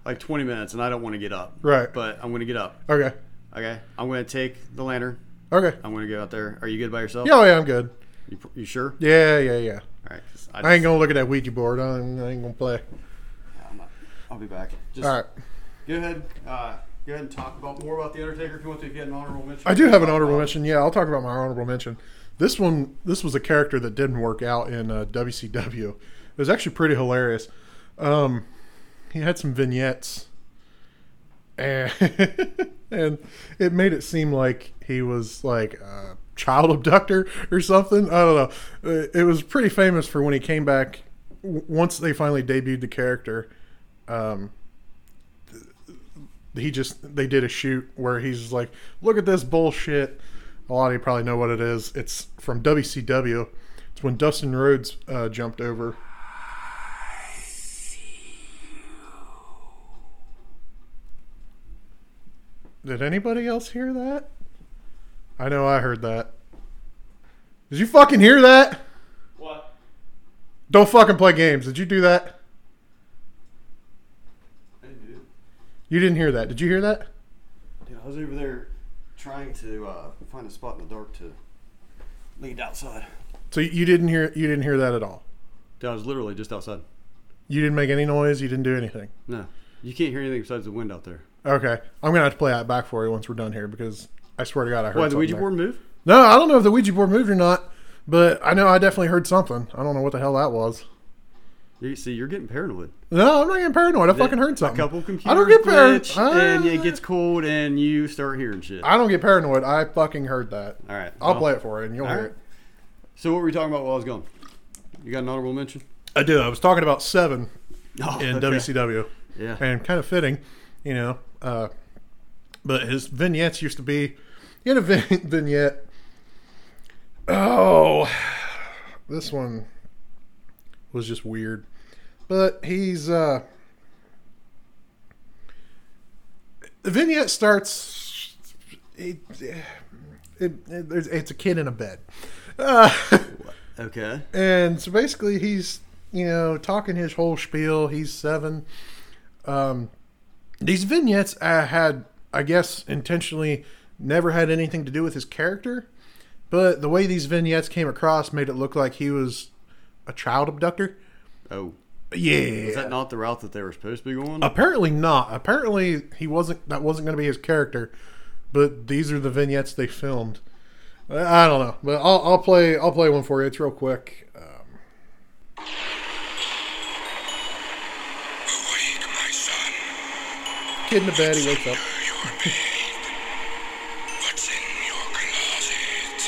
Speaker 2: like 20 minutes, and I don't want to get up.
Speaker 1: Right.
Speaker 2: But I'm going to get up.
Speaker 1: Okay.
Speaker 2: Okay. I'm going to take the lantern.
Speaker 1: Okay.
Speaker 2: I'm going to go out there. Are you good by yourself?
Speaker 1: Yeah, oh, yeah, I'm good.
Speaker 2: You, pr- you sure?
Speaker 1: Yeah, yeah, yeah.
Speaker 2: All right. 'cause
Speaker 1: I ain't gonna look at that Ouija board. I ain't, I ain't gonna play.
Speaker 2: I'm not- I'll be back. Just
Speaker 1: All right.
Speaker 2: go ahead. Uh, go ahead and talk about more about the Undertaker if you want to. If you had an honorable mention,
Speaker 1: I do have an honorable mention. Yeah, I'll talk about my honorable mention. This one, this was a character that didn't work out in uh, WCW. It was actually pretty hilarious. Um, he had some vignettes, and and it made it seem like he was like a child abductor or something. I don't know. Uh, It was pretty famous for when he came back. w- Once they finally debuted the character, um, he just they did a shoot where he's just like, look at this bullshit. A lot of you probably know what it is. It's from WCW. It's when Dustin Rhodes uh, jumped over. Did anybody else hear that? I know I heard that. Did you fucking hear that?
Speaker 2: What?
Speaker 1: Don't fucking play games. Did you do that?
Speaker 2: Dude,
Speaker 1: You didn't hear that. Did you hear that?
Speaker 2: I was over there trying to uh, find a spot in the dark to lead outside.
Speaker 1: So you didn't hear you didn't hear that at all.
Speaker 2: Dude, I was literally just outside.
Speaker 1: You didn't make any noise. You didn't do anything.
Speaker 2: No, you can't hear anything besides the wind out there.
Speaker 1: Okay, I'm gonna have to play that back for you once we're done here because I swear to God I heard.
Speaker 2: Why the
Speaker 1: something
Speaker 2: Ouija
Speaker 1: there.
Speaker 2: board move?
Speaker 1: No, I don't know if the Ouija board moved or not, but I know I definitely heard something. I don't know what the hell that was.
Speaker 2: You see, you're getting paranoid.
Speaker 1: No, I'm not getting paranoid. I fucking heard
Speaker 2: A
Speaker 1: something.
Speaker 2: couple computers
Speaker 1: I don't get paranoid.
Speaker 2: glitch,
Speaker 1: I-
Speaker 2: and it gets cold, and you start hearing shit.
Speaker 1: I don't get paranoid. I fucking heard that.
Speaker 2: All right,
Speaker 1: I'll
Speaker 2: well,
Speaker 1: play it for you, and you'll
Speaker 2: all
Speaker 1: hear
Speaker 2: right.
Speaker 1: it.
Speaker 2: So, what were we talking about while I was gone? You got an honorable mention?
Speaker 1: I do. I was talking about seven
Speaker 2: Oh,
Speaker 1: in
Speaker 2: okay.
Speaker 1: WCW.
Speaker 2: Yeah.
Speaker 1: and kind of fitting, you know. Uh, but his vignettes used to be he had a vin- vignette. Oh, this one was just weird, but he's uh, the vignette starts. It, it, it, there's- it's a kid in a bed. Uh,
Speaker 2: Okay.
Speaker 1: And so basically, he's you know talking his whole spiel. He's seven. Um, these vignettes I had, I guess, intentionally never had anything to do with his character, but the way these vignettes came across made it look like he was a child abductor.
Speaker 2: Oh,
Speaker 1: Yeah,
Speaker 2: is that not the route that they were supposed to be going?
Speaker 1: apparently not. Apparently, he wasn't. That wasn't going to be his character. But these are the vignettes they filmed. I I don't know, but I'll, I'll play. I'll play one for you. It's real quick. Um,
Speaker 3: Awake, my son.
Speaker 1: Kid in a bed. He wakes up.
Speaker 3: Your maid. What's in your closet?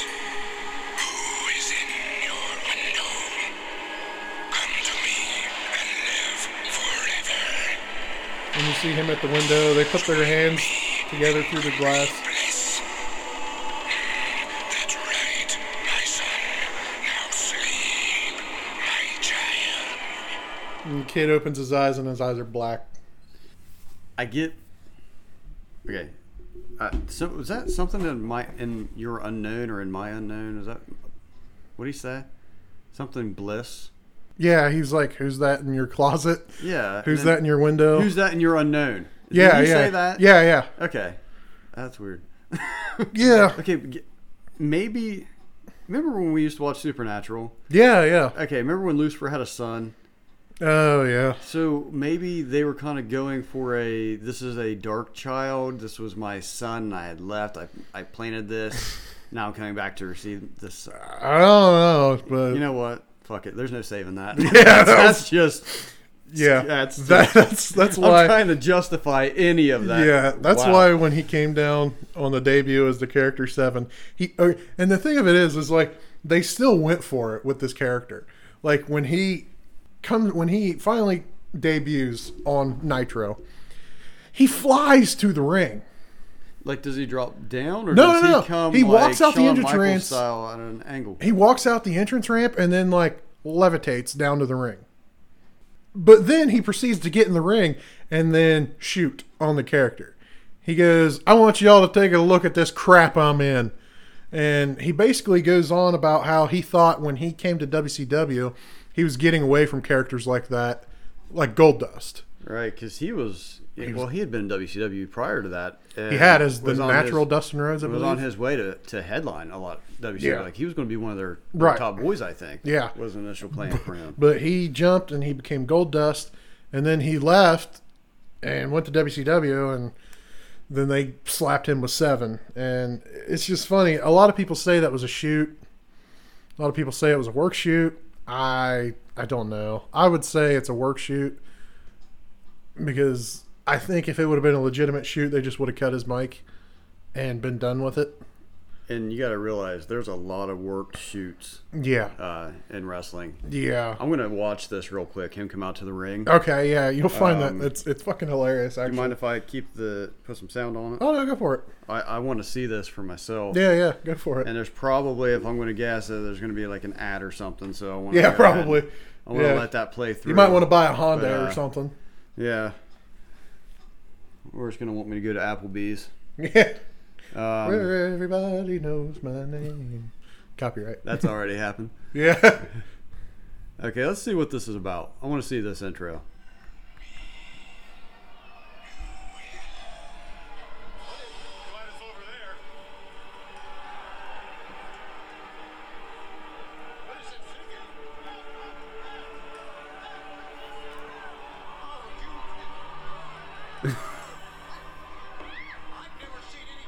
Speaker 3: Who is in your window? Come to me and live forever.
Speaker 1: And you see him at the window. They put their hands together through the glass.
Speaker 3: Bliss. That's right, my son. Now sleep, my child.
Speaker 1: And the kid opens his eyes, and his eyes are black.
Speaker 2: I get. Okay. Uh, so was that something in my in your unknown or in my unknown? Is that what do you say? Something bliss.
Speaker 1: Yeah, he's like, "Who's that in your closet?
Speaker 2: Yeah. and
Speaker 1: Who's
Speaker 2: then-
Speaker 1: that in your window?
Speaker 2: Who's that in your unknown? Did
Speaker 1: yeah,
Speaker 2: you
Speaker 1: yeah,
Speaker 2: say that?
Speaker 1: yeah, yeah,
Speaker 2: Okay. That's weird.
Speaker 1: yeah,
Speaker 2: Okay. g- Maybe. Remember when we used to watch Supernatural?
Speaker 1: yeah, yeah.
Speaker 2: Okay. Remember when Lucifer had a son?
Speaker 1: Oh yeah,
Speaker 2: So maybe they were kind of going for a this is a dark child. This was my son. I had left. I, I planted this. Now I'm coming back to receive this.
Speaker 1: I don't know, but
Speaker 2: You know what? Fuck it. There's no saving that.
Speaker 1: that
Speaker 2: that's, that's just.
Speaker 1: yeah,
Speaker 2: that's just-
Speaker 1: that, that's that's
Speaker 2: I'm
Speaker 1: why.
Speaker 2: trying to justify any of that.
Speaker 1: Yeah, that's
Speaker 2: Wow.
Speaker 1: why when he came down on the debut as the character Seven, he or- and the thing of it is, is like they still went for it with this character. Like when he comes, when he finally debuts on Nitro, he flies to the ring.
Speaker 2: Like, does he drop down or
Speaker 1: No,
Speaker 2: does
Speaker 1: no, no.
Speaker 2: he come?
Speaker 1: He
Speaker 2: like,
Speaker 1: walks out the
Speaker 2: Shawn
Speaker 1: entrance
Speaker 2: Michaels
Speaker 1: ramps.
Speaker 2: style at an angle.
Speaker 1: He walks out the entrance ramp and then like levitates down to the ring. But then he proceeds to get in the ring and then shoot on the character. He goes, "I want y'all to take a look at this crap I'm in." And he basically goes on about how he thought when he came to WCW, he was getting away from characters like that, like Gold Dust.
Speaker 2: Right, because he was, well, he had been in WCW prior to that.
Speaker 1: He had as the
Speaker 2: was on
Speaker 1: natural
Speaker 2: his,
Speaker 1: Dustin Rhodes, I
Speaker 2: was
Speaker 1: believe.
Speaker 2: on his way to, to headline a lot of WCW.
Speaker 1: Yeah.
Speaker 2: Like he was going to be one of their
Speaker 1: Right.
Speaker 2: top boys, I think.
Speaker 1: Yeah.
Speaker 2: was an initial plan for him.
Speaker 1: But he jumped and he became Gold Dust, and then he left and went to WCW, and then they slapped him with seven. And it's just funny. A lot of people say that was a shoot. A lot of people say it was a work shoot. I I don't know. I would say it's a work shoot because I think if it would have been a legitimate shoot, they just would have cut his mic and been done with it.
Speaker 2: And you got to realize there's a lot of worked shoots
Speaker 1: Yeah.
Speaker 2: uh, in wrestling.
Speaker 1: Yeah.
Speaker 2: I'm going to watch this real quick. Him come out to the ring.
Speaker 1: Okay, yeah, you'll find
Speaker 2: Um,
Speaker 1: that it's it's fucking hilarious
Speaker 2: You
Speaker 1: actually.
Speaker 2: mind if I keep the put some sound on it?
Speaker 1: oh no, go for it.
Speaker 2: I, I want to see this for myself.
Speaker 1: Yeah, yeah, go for it.
Speaker 2: And there's probably, if I'm going to guess, uh, there's going to be like an ad or something. So I want
Speaker 1: Yeah, probably.
Speaker 2: I want to
Speaker 1: Yeah.
Speaker 2: let that play through.
Speaker 1: you might want to buy a Honda
Speaker 2: But, uh,
Speaker 1: or something.
Speaker 2: Yeah. Or it's gonna want me to go to Applebee's.
Speaker 1: Yeah.
Speaker 2: Um,
Speaker 1: Where everybody knows my name. Copyright.
Speaker 2: that's already happened.
Speaker 1: Yeah.
Speaker 2: Okay, let's see what this is about. I want to see this intro.
Speaker 3: Glad it's over there. What is it figure? Oh, you. I've never seen any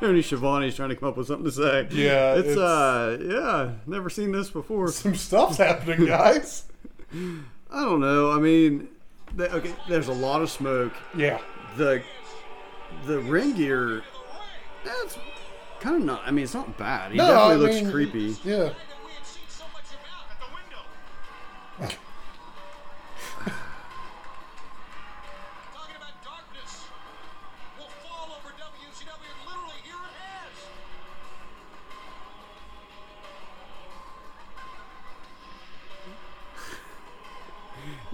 Speaker 3: of.
Speaker 2: Tony Schiavone's trying to come up with something to say.
Speaker 1: Yeah,
Speaker 2: it's,
Speaker 1: it's-
Speaker 2: uh, yeah, never seen this before.
Speaker 1: Some stuff's happening, guys.
Speaker 2: I don't know. I mean, th okay, there's a lot of smoke.
Speaker 1: Yeah.
Speaker 2: The the ring gear, that's kind of not. I mean, it's not bad. He definitely looks creepy.
Speaker 1: Yeah.
Speaker 3: that we had seen so much about at the window. Talking about darkness. We'll fall over WCW and literally here it has.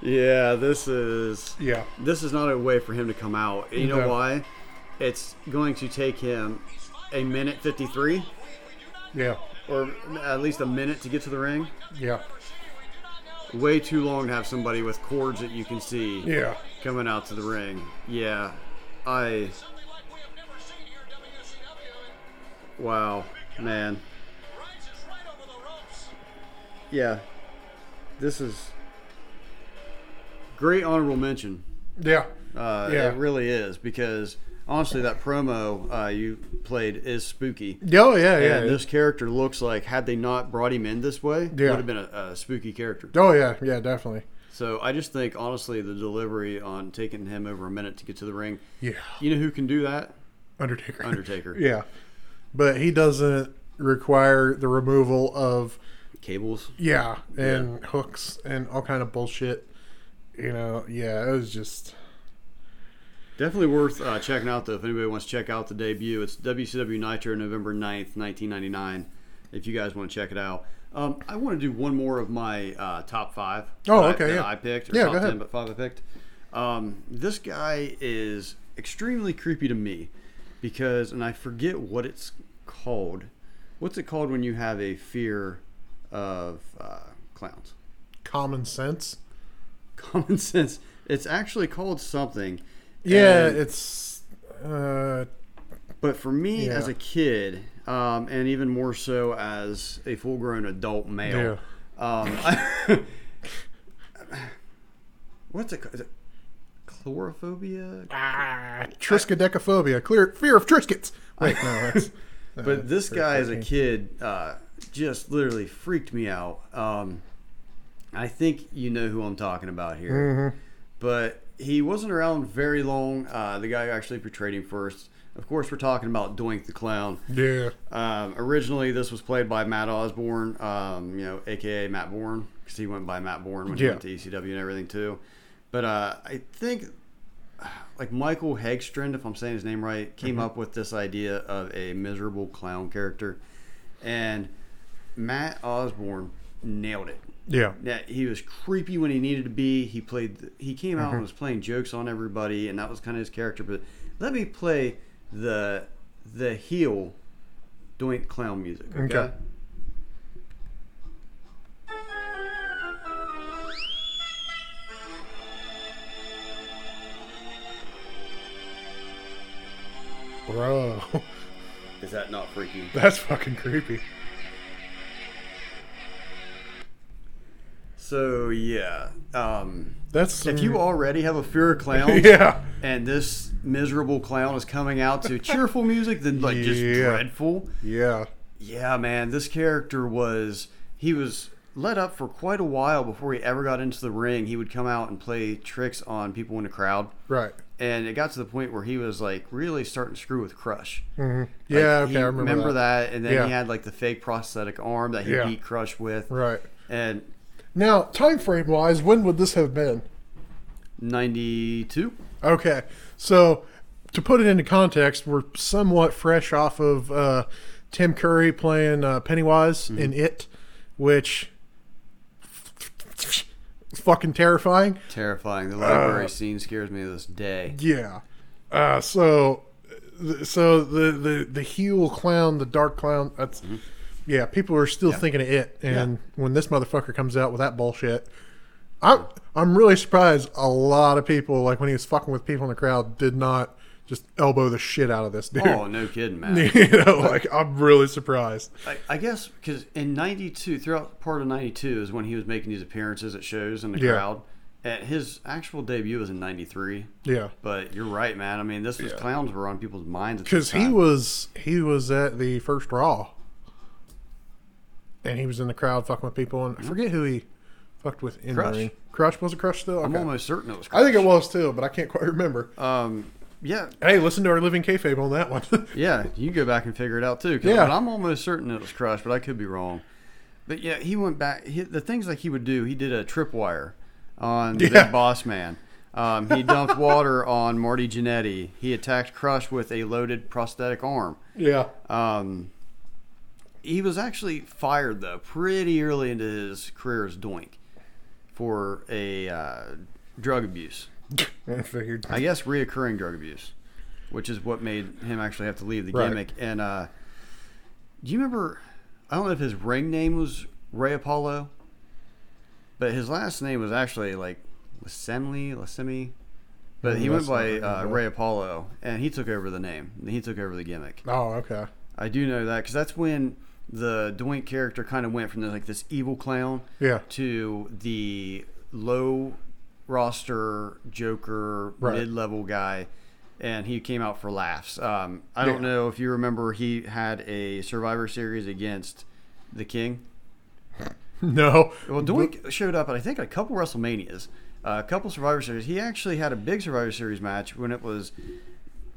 Speaker 2: Yeah, this is.
Speaker 1: Yeah.
Speaker 2: This is not a way for him to come out. You know
Speaker 1: No.
Speaker 2: why? It's going to take him a minute 53
Speaker 1: Yeah.
Speaker 2: or at least a minute to get to the ring.
Speaker 1: Yeah.
Speaker 2: Way too long to have somebody with cords that you can see
Speaker 1: Yeah.
Speaker 2: coming out to the ring. Yeah. I
Speaker 3: Something like we have never seen here at WCW. And
Speaker 2: wow, man.
Speaker 3: Rhines is right over the ropes.
Speaker 2: Yeah. This is great honorable mention.
Speaker 1: Yeah.
Speaker 2: Uh,
Speaker 1: Yeah.
Speaker 2: It really is because honestly, that promo uh, you played is spooky.
Speaker 1: Oh, yeah, yeah.
Speaker 2: And this character looks like had they not brought him in this way,
Speaker 1: Yeah.
Speaker 2: would have been a, a spooky character.
Speaker 1: oh, yeah. Yeah, definitely.
Speaker 2: So I just think honestly the delivery on taking him over a minute to get to the ring.
Speaker 1: Yeah.
Speaker 2: You know who can do that?
Speaker 1: Undertaker.
Speaker 2: Undertaker.
Speaker 1: yeah. But he doesn't require the removal of
Speaker 2: Cables.
Speaker 1: Yeah, and hooks and all kind of bullshit. You know, yeah, it was just
Speaker 2: Definitely worth uh, checking out though. If anybody wants to check out the debut, it's WCW Nitro, November 9th, nineteen ninety nine. If you guys want to check it out, um, I want to do one more of my uh, top five.
Speaker 1: Oh,
Speaker 2: that I-
Speaker 1: okay,
Speaker 2: that
Speaker 1: yeah.
Speaker 2: I picked. Or
Speaker 1: Yeah,
Speaker 2: top
Speaker 1: go ahead.
Speaker 2: ten, but five I picked. Um, this guy is extremely creepy to me because, and I forget what it's called. What's it called when you have a fear of uh, clowns?
Speaker 1: common sense.
Speaker 2: Common sense. It's actually called something.
Speaker 1: Yeah,
Speaker 2: and-
Speaker 1: it's uh
Speaker 2: But for me,
Speaker 1: Yeah.
Speaker 2: as a kid, um, and even more so as a full-grown adult male, um, what's it? ca- Is it chlorophobia?
Speaker 1: ah, triskaidekaphobia, clear fear of triscuits. Wait, no, that's uh,
Speaker 2: But this guy, as a kid, uh, just literally freaked me out. Um, I think you know who I'm talking about here. But he wasn't around very long. Uh, the guy who actually portrayed him first. Of course, we're talking about Doink the Clown.
Speaker 1: yeah.
Speaker 2: Um, originally, this was played by Matt Osborne, um, you know, aka Matt Bourne, because he went E by Matt Bourne when he
Speaker 1: Yeah.
Speaker 2: went to ECW and everything too. But uh, I think like Michael Hegstrand, if I'm saying his name right, came up with this idea of a miserable clown character, and Matt Osborne nailed it.
Speaker 1: Yeah.
Speaker 2: That he was creepy when he needed to be. He played. He came out
Speaker 1: Mm-hmm.
Speaker 2: and was playing jokes on everybody, and that was kind of his character. But let me play the the heel doing clown music. Okay.
Speaker 1: Okay. Bro,
Speaker 2: Is that not freaky?
Speaker 1: that's fucking creepy.
Speaker 2: So yeah. Um,
Speaker 1: That's some,
Speaker 2: if you already have a fear of clowns,
Speaker 1: Mm. yeah,
Speaker 2: and this miserable clown is coming out to cheerful music, then like just
Speaker 1: Yeah.
Speaker 2: dreadful.
Speaker 1: yeah,
Speaker 2: Yeah, man, this character was he was let up for quite a while before he ever got into the ring. He would come out and play tricks on people in the crowd.
Speaker 1: right,
Speaker 2: And it got to the point where he was like really starting to screw with Crush.
Speaker 1: yeah. Mm-hmm.
Speaker 2: He-
Speaker 1: okay, I remember, that.
Speaker 2: that. And then
Speaker 1: Yeah.
Speaker 2: he had like the fake prosthetic arm that he
Speaker 1: Yeah.
Speaker 2: beat Crush with.
Speaker 1: Right
Speaker 2: And
Speaker 1: now, time frame wise, when would this have been?
Speaker 2: 92?
Speaker 1: Okay, so to put it into context, we're somewhat fresh off of uh, Tim Curry playing uh, Pennywise in It, which is fucking terrifying.
Speaker 2: Terrifying. The
Speaker 1: Uh.
Speaker 2: library scene scares me to this day.
Speaker 1: Yeah. Uh, so, th- so the the the heel clown, the dark clown. That's
Speaker 2: Mm-hmm.
Speaker 1: yeah. People are still thinking of it, and when this motherfucker comes out with that bullshit, I'm I'm really surprised. A lot of people, like when he was fucking with people in the crowd, did not just elbow the shit out of this dude.
Speaker 2: Oh, no kidding, man.
Speaker 1: you know, like I'm really surprised.
Speaker 2: I, I guess because in '92, throughout part of '92 is when he was making these appearances at shows in the
Speaker 1: Yeah.
Speaker 2: crowd. And his actual debut was in '93.
Speaker 1: Yeah,
Speaker 2: But you're right, man. I mean, this was clowns were on people's minds at the
Speaker 1: because he
Speaker 2: time.
Speaker 1: was he was at the first Raw, and he was in the crowd fucking with people, and I forget who he fucked with in
Speaker 2: Crush.
Speaker 1: the ring. Crush was it Crush still?
Speaker 2: I'm
Speaker 1: Okay.
Speaker 2: almost certain it was.
Speaker 1: I think it
Speaker 2: Crush.
Speaker 1: was too, but I can't quite remember.
Speaker 2: Um, yeah,
Speaker 1: hey, listen to our living kayfabe on that one.
Speaker 2: yeah. You go back and figure it out too. 'cause-
Speaker 1: Yeah.
Speaker 2: but I'm almost certain it was Crush, but I could be wrong. But yeah, he went back. He, the things that he would do, he did a tripwire on the
Speaker 1: Yeah.
Speaker 2: Big Boss Man. Um, he dumped water on Marty Jannetty. He attacked Crush with a loaded prosthetic arm.
Speaker 1: yeah,
Speaker 2: Um, he was actually fired though pretty early into his career as Doink for a uh, drug abuse.
Speaker 1: I figured.
Speaker 2: I guess reoccurring drug abuse, which is what made him actually have to leave the
Speaker 1: Right.
Speaker 2: gimmick. And uh, do you remember? I don't know if his ring name was Ray Apollo, but his last name was actually like Lasemli, Lasemi. But he
Speaker 1: Mm,
Speaker 2: went
Speaker 1: that's not
Speaker 2: by
Speaker 1: ringing a
Speaker 2: uh,
Speaker 1: bell.
Speaker 2: Ray Apollo, and he took over the name. He took over the gimmick.
Speaker 1: oh, okay.
Speaker 2: I do know that because that's when the Doink character kind of went from this, like this evil clown
Speaker 1: Yeah.
Speaker 2: to the low roster Joker
Speaker 1: Right.
Speaker 2: mid level guy, and he came out for laughs. Um, I don't
Speaker 1: Yeah.
Speaker 2: know if you remember he had a Survivor Series against the King.
Speaker 1: No.
Speaker 2: Well, Doink showed up at I think a couple WrestleManias, uh, a couple Survivor Series. He actually had a big Survivor Series match when it was.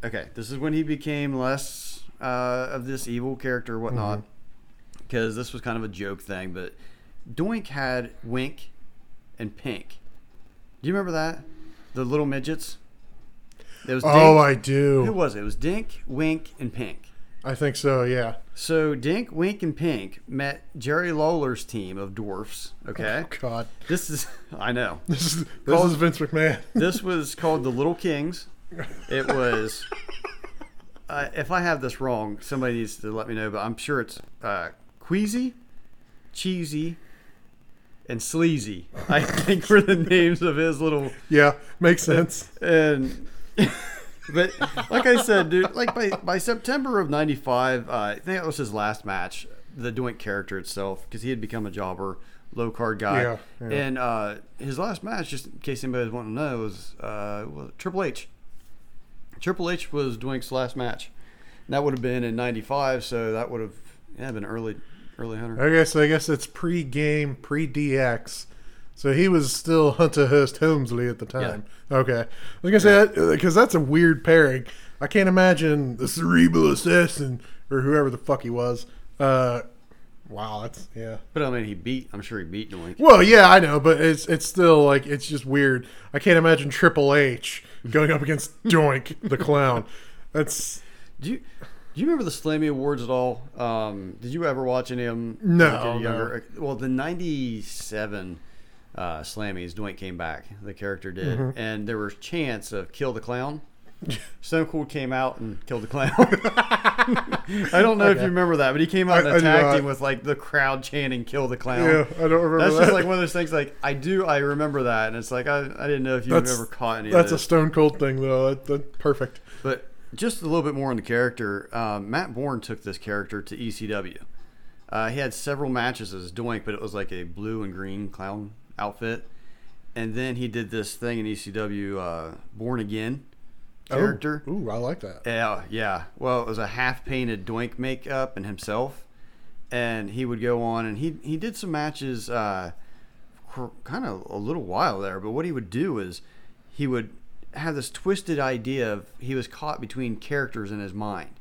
Speaker 2: Okay, this is when he became less uh, of this evil character, or whatnot,
Speaker 1: Mm-hmm.
Speaker 2: because this was kind of a joke thing. But Doink had Wink and Pink. Do you remember that? The little midgets. It was
Speaker 1: Oh,
Speaker 2: Dink.
Speaker 1: I do.
Speaker 2: Who was it? It was Dink, Wink, and Pink.
Speaker 1: I think so. Yeah.
Speaker 2: So Dink, Wink, and Pink met Jerry Lawler's team of dwarfs. Okay.
Speaker 1: Oh, God,
Speaker 2: This is, I know.
Speaker 1: this is this is Vince McMahon.
Speaker 2: This was called The Little Kings. It was, uh, if I have this wrong, somebody needs to let me know, but I'm sure it's uh, Queasy, Cheesy, and Sleazy, I think were the names of his little.
Speaker 1: yeah, makes sense.
Speaker 2: And. But like I said, dude, like by, by September of '95, uh, I think that was his last match. The Doink character itself, because he had become a jobber, low card guy,
Speaker 1: Yeah, yeah.
Speaker 2: and uh, his last match, just in case anybody's wanting to know, was uh, well, Triple H. Triple H was Doink's last match. And that would have been in '95, so that would have yeah been early, early hundred.
Speaker 1: I guess I guess it's pre-game, pre-DX. So he was still Hunter Hurst Helmsley at the time. Okay, I was gonna say because that's a weird pairing. I can't imagine the Cerebral Assassin or whoever the fuck he was uh, Wow, that's yeah.
Speaker 2: But I mean, he beat. I'm sure he beat Doink.
Speaker 1: Well, yeah, I know, but it's it's still like it's just weird. I can't imagine Triple H going up against Doink the Clown. That's
Speaker 2: Do you do you remember the Slammy Awards at all? Um, did you ever watch any of them?
Speaker 1: No,
Speaker 2: when you were younger?
Speaker 1: no.
Speaker 2: Well, the '97 uh, Slammies, Dwayne came back. The character did,
Speaker 1: Mm-hmm.
Speaker 2: and there was chants of "Kill the Clown." Stone Cold came out and killed the clown. I don't know if you remember that, but he came out and
Speaker 1: I do
Speaker 2: attacked
Speaker 1: not.
Speaker 2: him with like the crowd chanting "Kill the clown."
Speaker 1: yeah. I don't remember.
Speaker 2: That's
Speaker 1: that.
Speaker 2: just like one of those things. Like I do, I remember that, and it's like I, I didn't know if you've
Speaker 1: That's-
Speaker 2: ever caught any
Speaker 1: that's
Speaker 2: of
Speaker 1: a
Speaker 2: this.
Speaker 1: Stone Cold thing though. That, that perfect.
Speaker 2: But just a little bit more on the character. Um, Matt Bourne took this character to ECW. Uh, he had several matches as Doink, but it was like a blue and green clown outfit. And then he did this thing in ECW, uh, Born Again character.
Speaker 1: Oh, ooh, I like that.
Speaker 2: Yeah, yeah. Well, it was a half painted Doink makeup and himself, and he would go on and he he did some matches, uh, for kind of a little while there. But what he would do is he would have this twisted idea of he was caught between characters in his mind,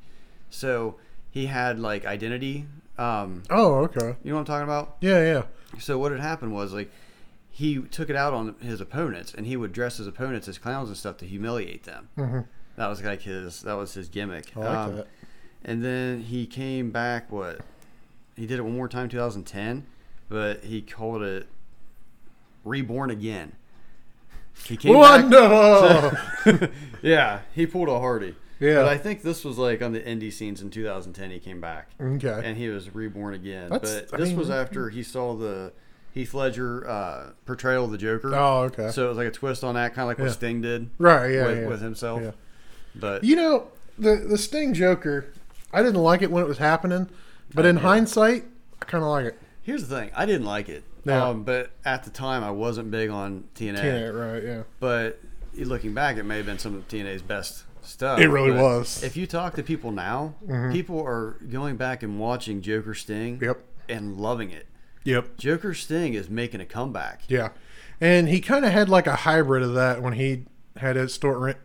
Speaker 2: so he had like identity. Um,
Speaker 1: Oh, okay.
Speaker 2: you know what I'm talking about?
Speaker 1: Yeah, yeah.
Speaker 2: So what had happened was like he took it out on his opponents, and he would dress his opponents as clowns and stuff to humiliate them. Mm-hmm. That was like his that was his gimmick. Um,
Speaker 1: I like that.
Speaker 2: And then he came back. What he did it one more time, 2010, but he called it "Reborn Again." He came
Speaker 1: What?
Speaker 2: back-
Speaker 1: No.
Speaker 2: yeah, he pulled a Hardy.
Speaker 1: Yeah.
Speaker 2: but I think this was like on the indie scenes in 2010. He came back
Speaker 1: okay.
Speaker 2: and he was reborn again.
Speaker 1: That's-
Speaker 2: but
Speaker 1: I
Speaker 2: this
Speaker 1: mean-
Speaker 2: was after he saw the Heath Ledger uh, portrayal of the Joker.
Speaker 1: Oh, okay.
Speaker 2: So it was like a twist on that, kind of like
Speaker 1: Yeah.
Speaker 2: what Sting did
Speaker 1: right. Yeah.
Speaker 2: with,
Speaker 1: yeah.
Speaker 2: with himself.
Speaker 1: Yeah.
Speaker 2: But
Speaker 1: You know, the the Sting Joker, I didn't like it when it was happening, but in hindsight, I kind of like it.
Speaker 2: here's the thing: I didn't like it.
Speaker 1: Yeah.
Speaker 2: Um, but at the time, I wasn't big on TNA.
Speaker 1: Yeah, right, yeah.
Speaker 2: But looking back, it may have been some of TNA's best stuff.
Speaker 1: It really
Speaker 2: But
Speaker 1: was. Mm-hmm.
Speaker 2: If you talk to people now, people are going back and watching Joker Sting.
Speaker 1: Yep.
Speaker 2: And loving it.
Speaker 1: Yep.
Speaker 2: Joker Sting is making a comeback.
Speaker 1: Yeah. And he kind of had like a hybrid of that when he had his short run,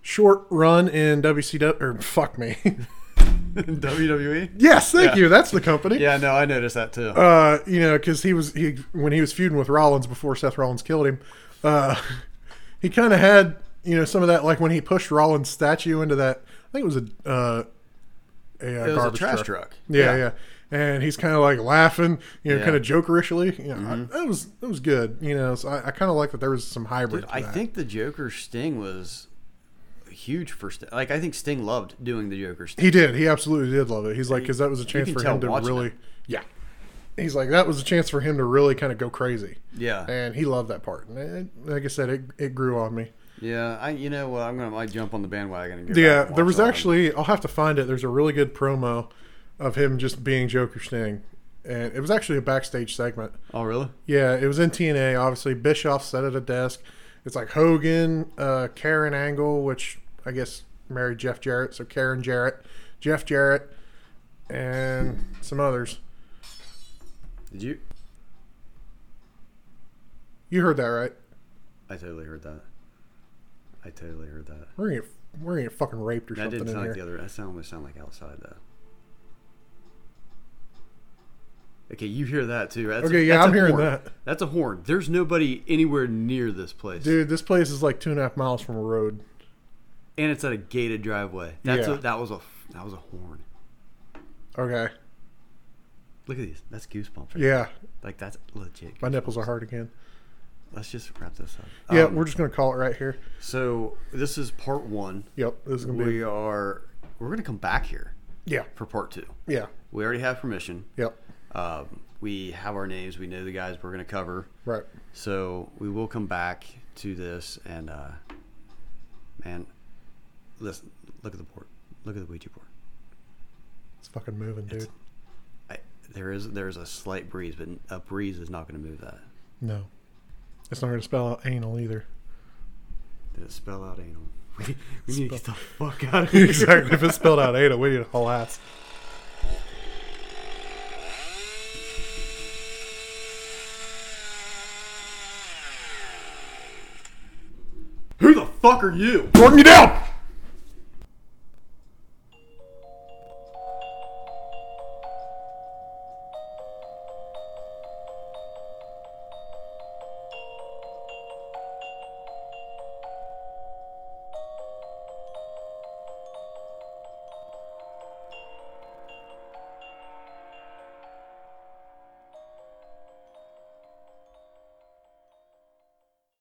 Speaker 1: short run in WCW or fuck me.
Speaker 2: WWE.
Speaker 1: yes, thank
Speaker 2: Yeah.
Speaker 1: you. That's the company.
Speaker 2: E? Yeah, no, I noticed that too.
Speaker 1: Uh, you know, because he was he when he was feuding with Rollins before Seth Rollins killed him, uh, he kind of had you know some of that like when he pushed Rollins' statue into that. I think it was a uh, a, uh,
Speaker 2: it was a
Speaker 1: garbage
Speaker 2: trash truck.
Speaker 1: truck. Yeah, yeah. And he's kind of like laughing, you know,
Speaker 2: Yeah. Mm-hmm.
Speaker 1: kind of jokerishly. You know, I, that was that was good. You know, so I, I kind of like that there was some hybrid. to
Speaker 2: I
Speaker 1: that.
Speaker 2: think the Joker Sting was huge for Sting. Like, I think Sting loved doing the Joker Sting.
Speaker 1: he did. He absolutely did love it. He's like, because that was a chance
Speaker 2: can
Speaker 1: for
Speaker 2: tell
Speaker 1: him to
Speaker 2: watching
Speaker 1: really,
Speaker 2: it.
Speaker 1: yeah. He's like, that was a chance for him to really kind of go crazy.
Speaker 2: Yeah.
Speaker 1: and he loved that part. And it, like I said, it, it grew on me.
Speaker 2: Yeah, I you know what? I'm gonna I jump on the bandwagon. And go back
Speaker 1: Yeah,
Speaker 2: and
Speaker 1: there
Speaker 2: watch
Speaker 1: was
Speaker 2: all of them.
Speaker 1: actually I'll have to find it. There's a really good promo of him just being Joker Sting, and it was actually a backstage segment.
Speaker 2: Oh really?
Speaker 1: Yeah, it was in TNA. Obviously, Bischoff sat at a desk. It's like Hogan, uh, Karen Angle, which I guess married Jeff Jarrett, so Karen Jarrett, Jeff Jarrett, and some others.
Speaker 2: Did you?
Speaker 1: You heard that right?
Speaker 2: I totally heard that. I totally heard that.
Speaker 1: We're gonna get, we're gonna get fucking raped or
Speaker 2: That
Speaker 1: something
Speaker 2: didn't
Speaker 1: in
Speaker 2: sound
Speaker 1: here.
Speaker 2: like the other. That sound almost sound like outside though. Okay, you hear that too? That's
Speaker 1: Okay, yeah,
Speaker 2: that's
Speaker 1: I'm hearing
Speaker 2: horn.
Speaker 1: that.
Speaker 2: That's a horn. There's nobody anywhere near this place,
Speaker 1: Dude, this place is like two and a half miles from a road.
Speaker 2: and it's at a gated driveway. That's
Speaker 1: Yeah.
Speaker 2: a, that was a that was a horn.
Speaker 1: Okay.
Speaker 2: Look at these. That's goosebumps. Right?
Speaker 1: Yeah,
Speaker 2: Like that's legit.
Speaker 1: my nipples are hard again.
Speaker 2: Let's just wrap this up.
Speaker 1: Yeah,
Speaker 2: Um,
Speaker 1: we're just gonna call it right here.
Speaker 2: so this is part one.
Speaker 1: Yep, this is gonna
Speaker 2: We
Speaker 1: be.
Speaker 2: are we're gonna come back here
Speaker 1: Yeah,
Speaker 2: for part two.
Speaker 1: yeah,
Speaker 2: We already have permission.
Speaker 1: yep.
Speaker 2: Um, we have our names. We know the guys we're gonna cover.
Speaker 1: Right.
Speaker 2: So we will come back to this and uh, man, listen. Look at the board. Look at the Ouija board.
Speaker 1: It's fucking moving, dude.
Speaker 2: I, there is there is a slight breeze, but a breeze is not gonna move that.
Speaker 1: no, it's not gonna spell out anal either.
Speaker 2: Did it spell out anal? We, we need to get the fuck out of here.
Speaker 1: exactly. If it spelled out anal, we need a whole ass.
Speaker 2: Who the fuck are you?
Speaker 1: Gordon, you down.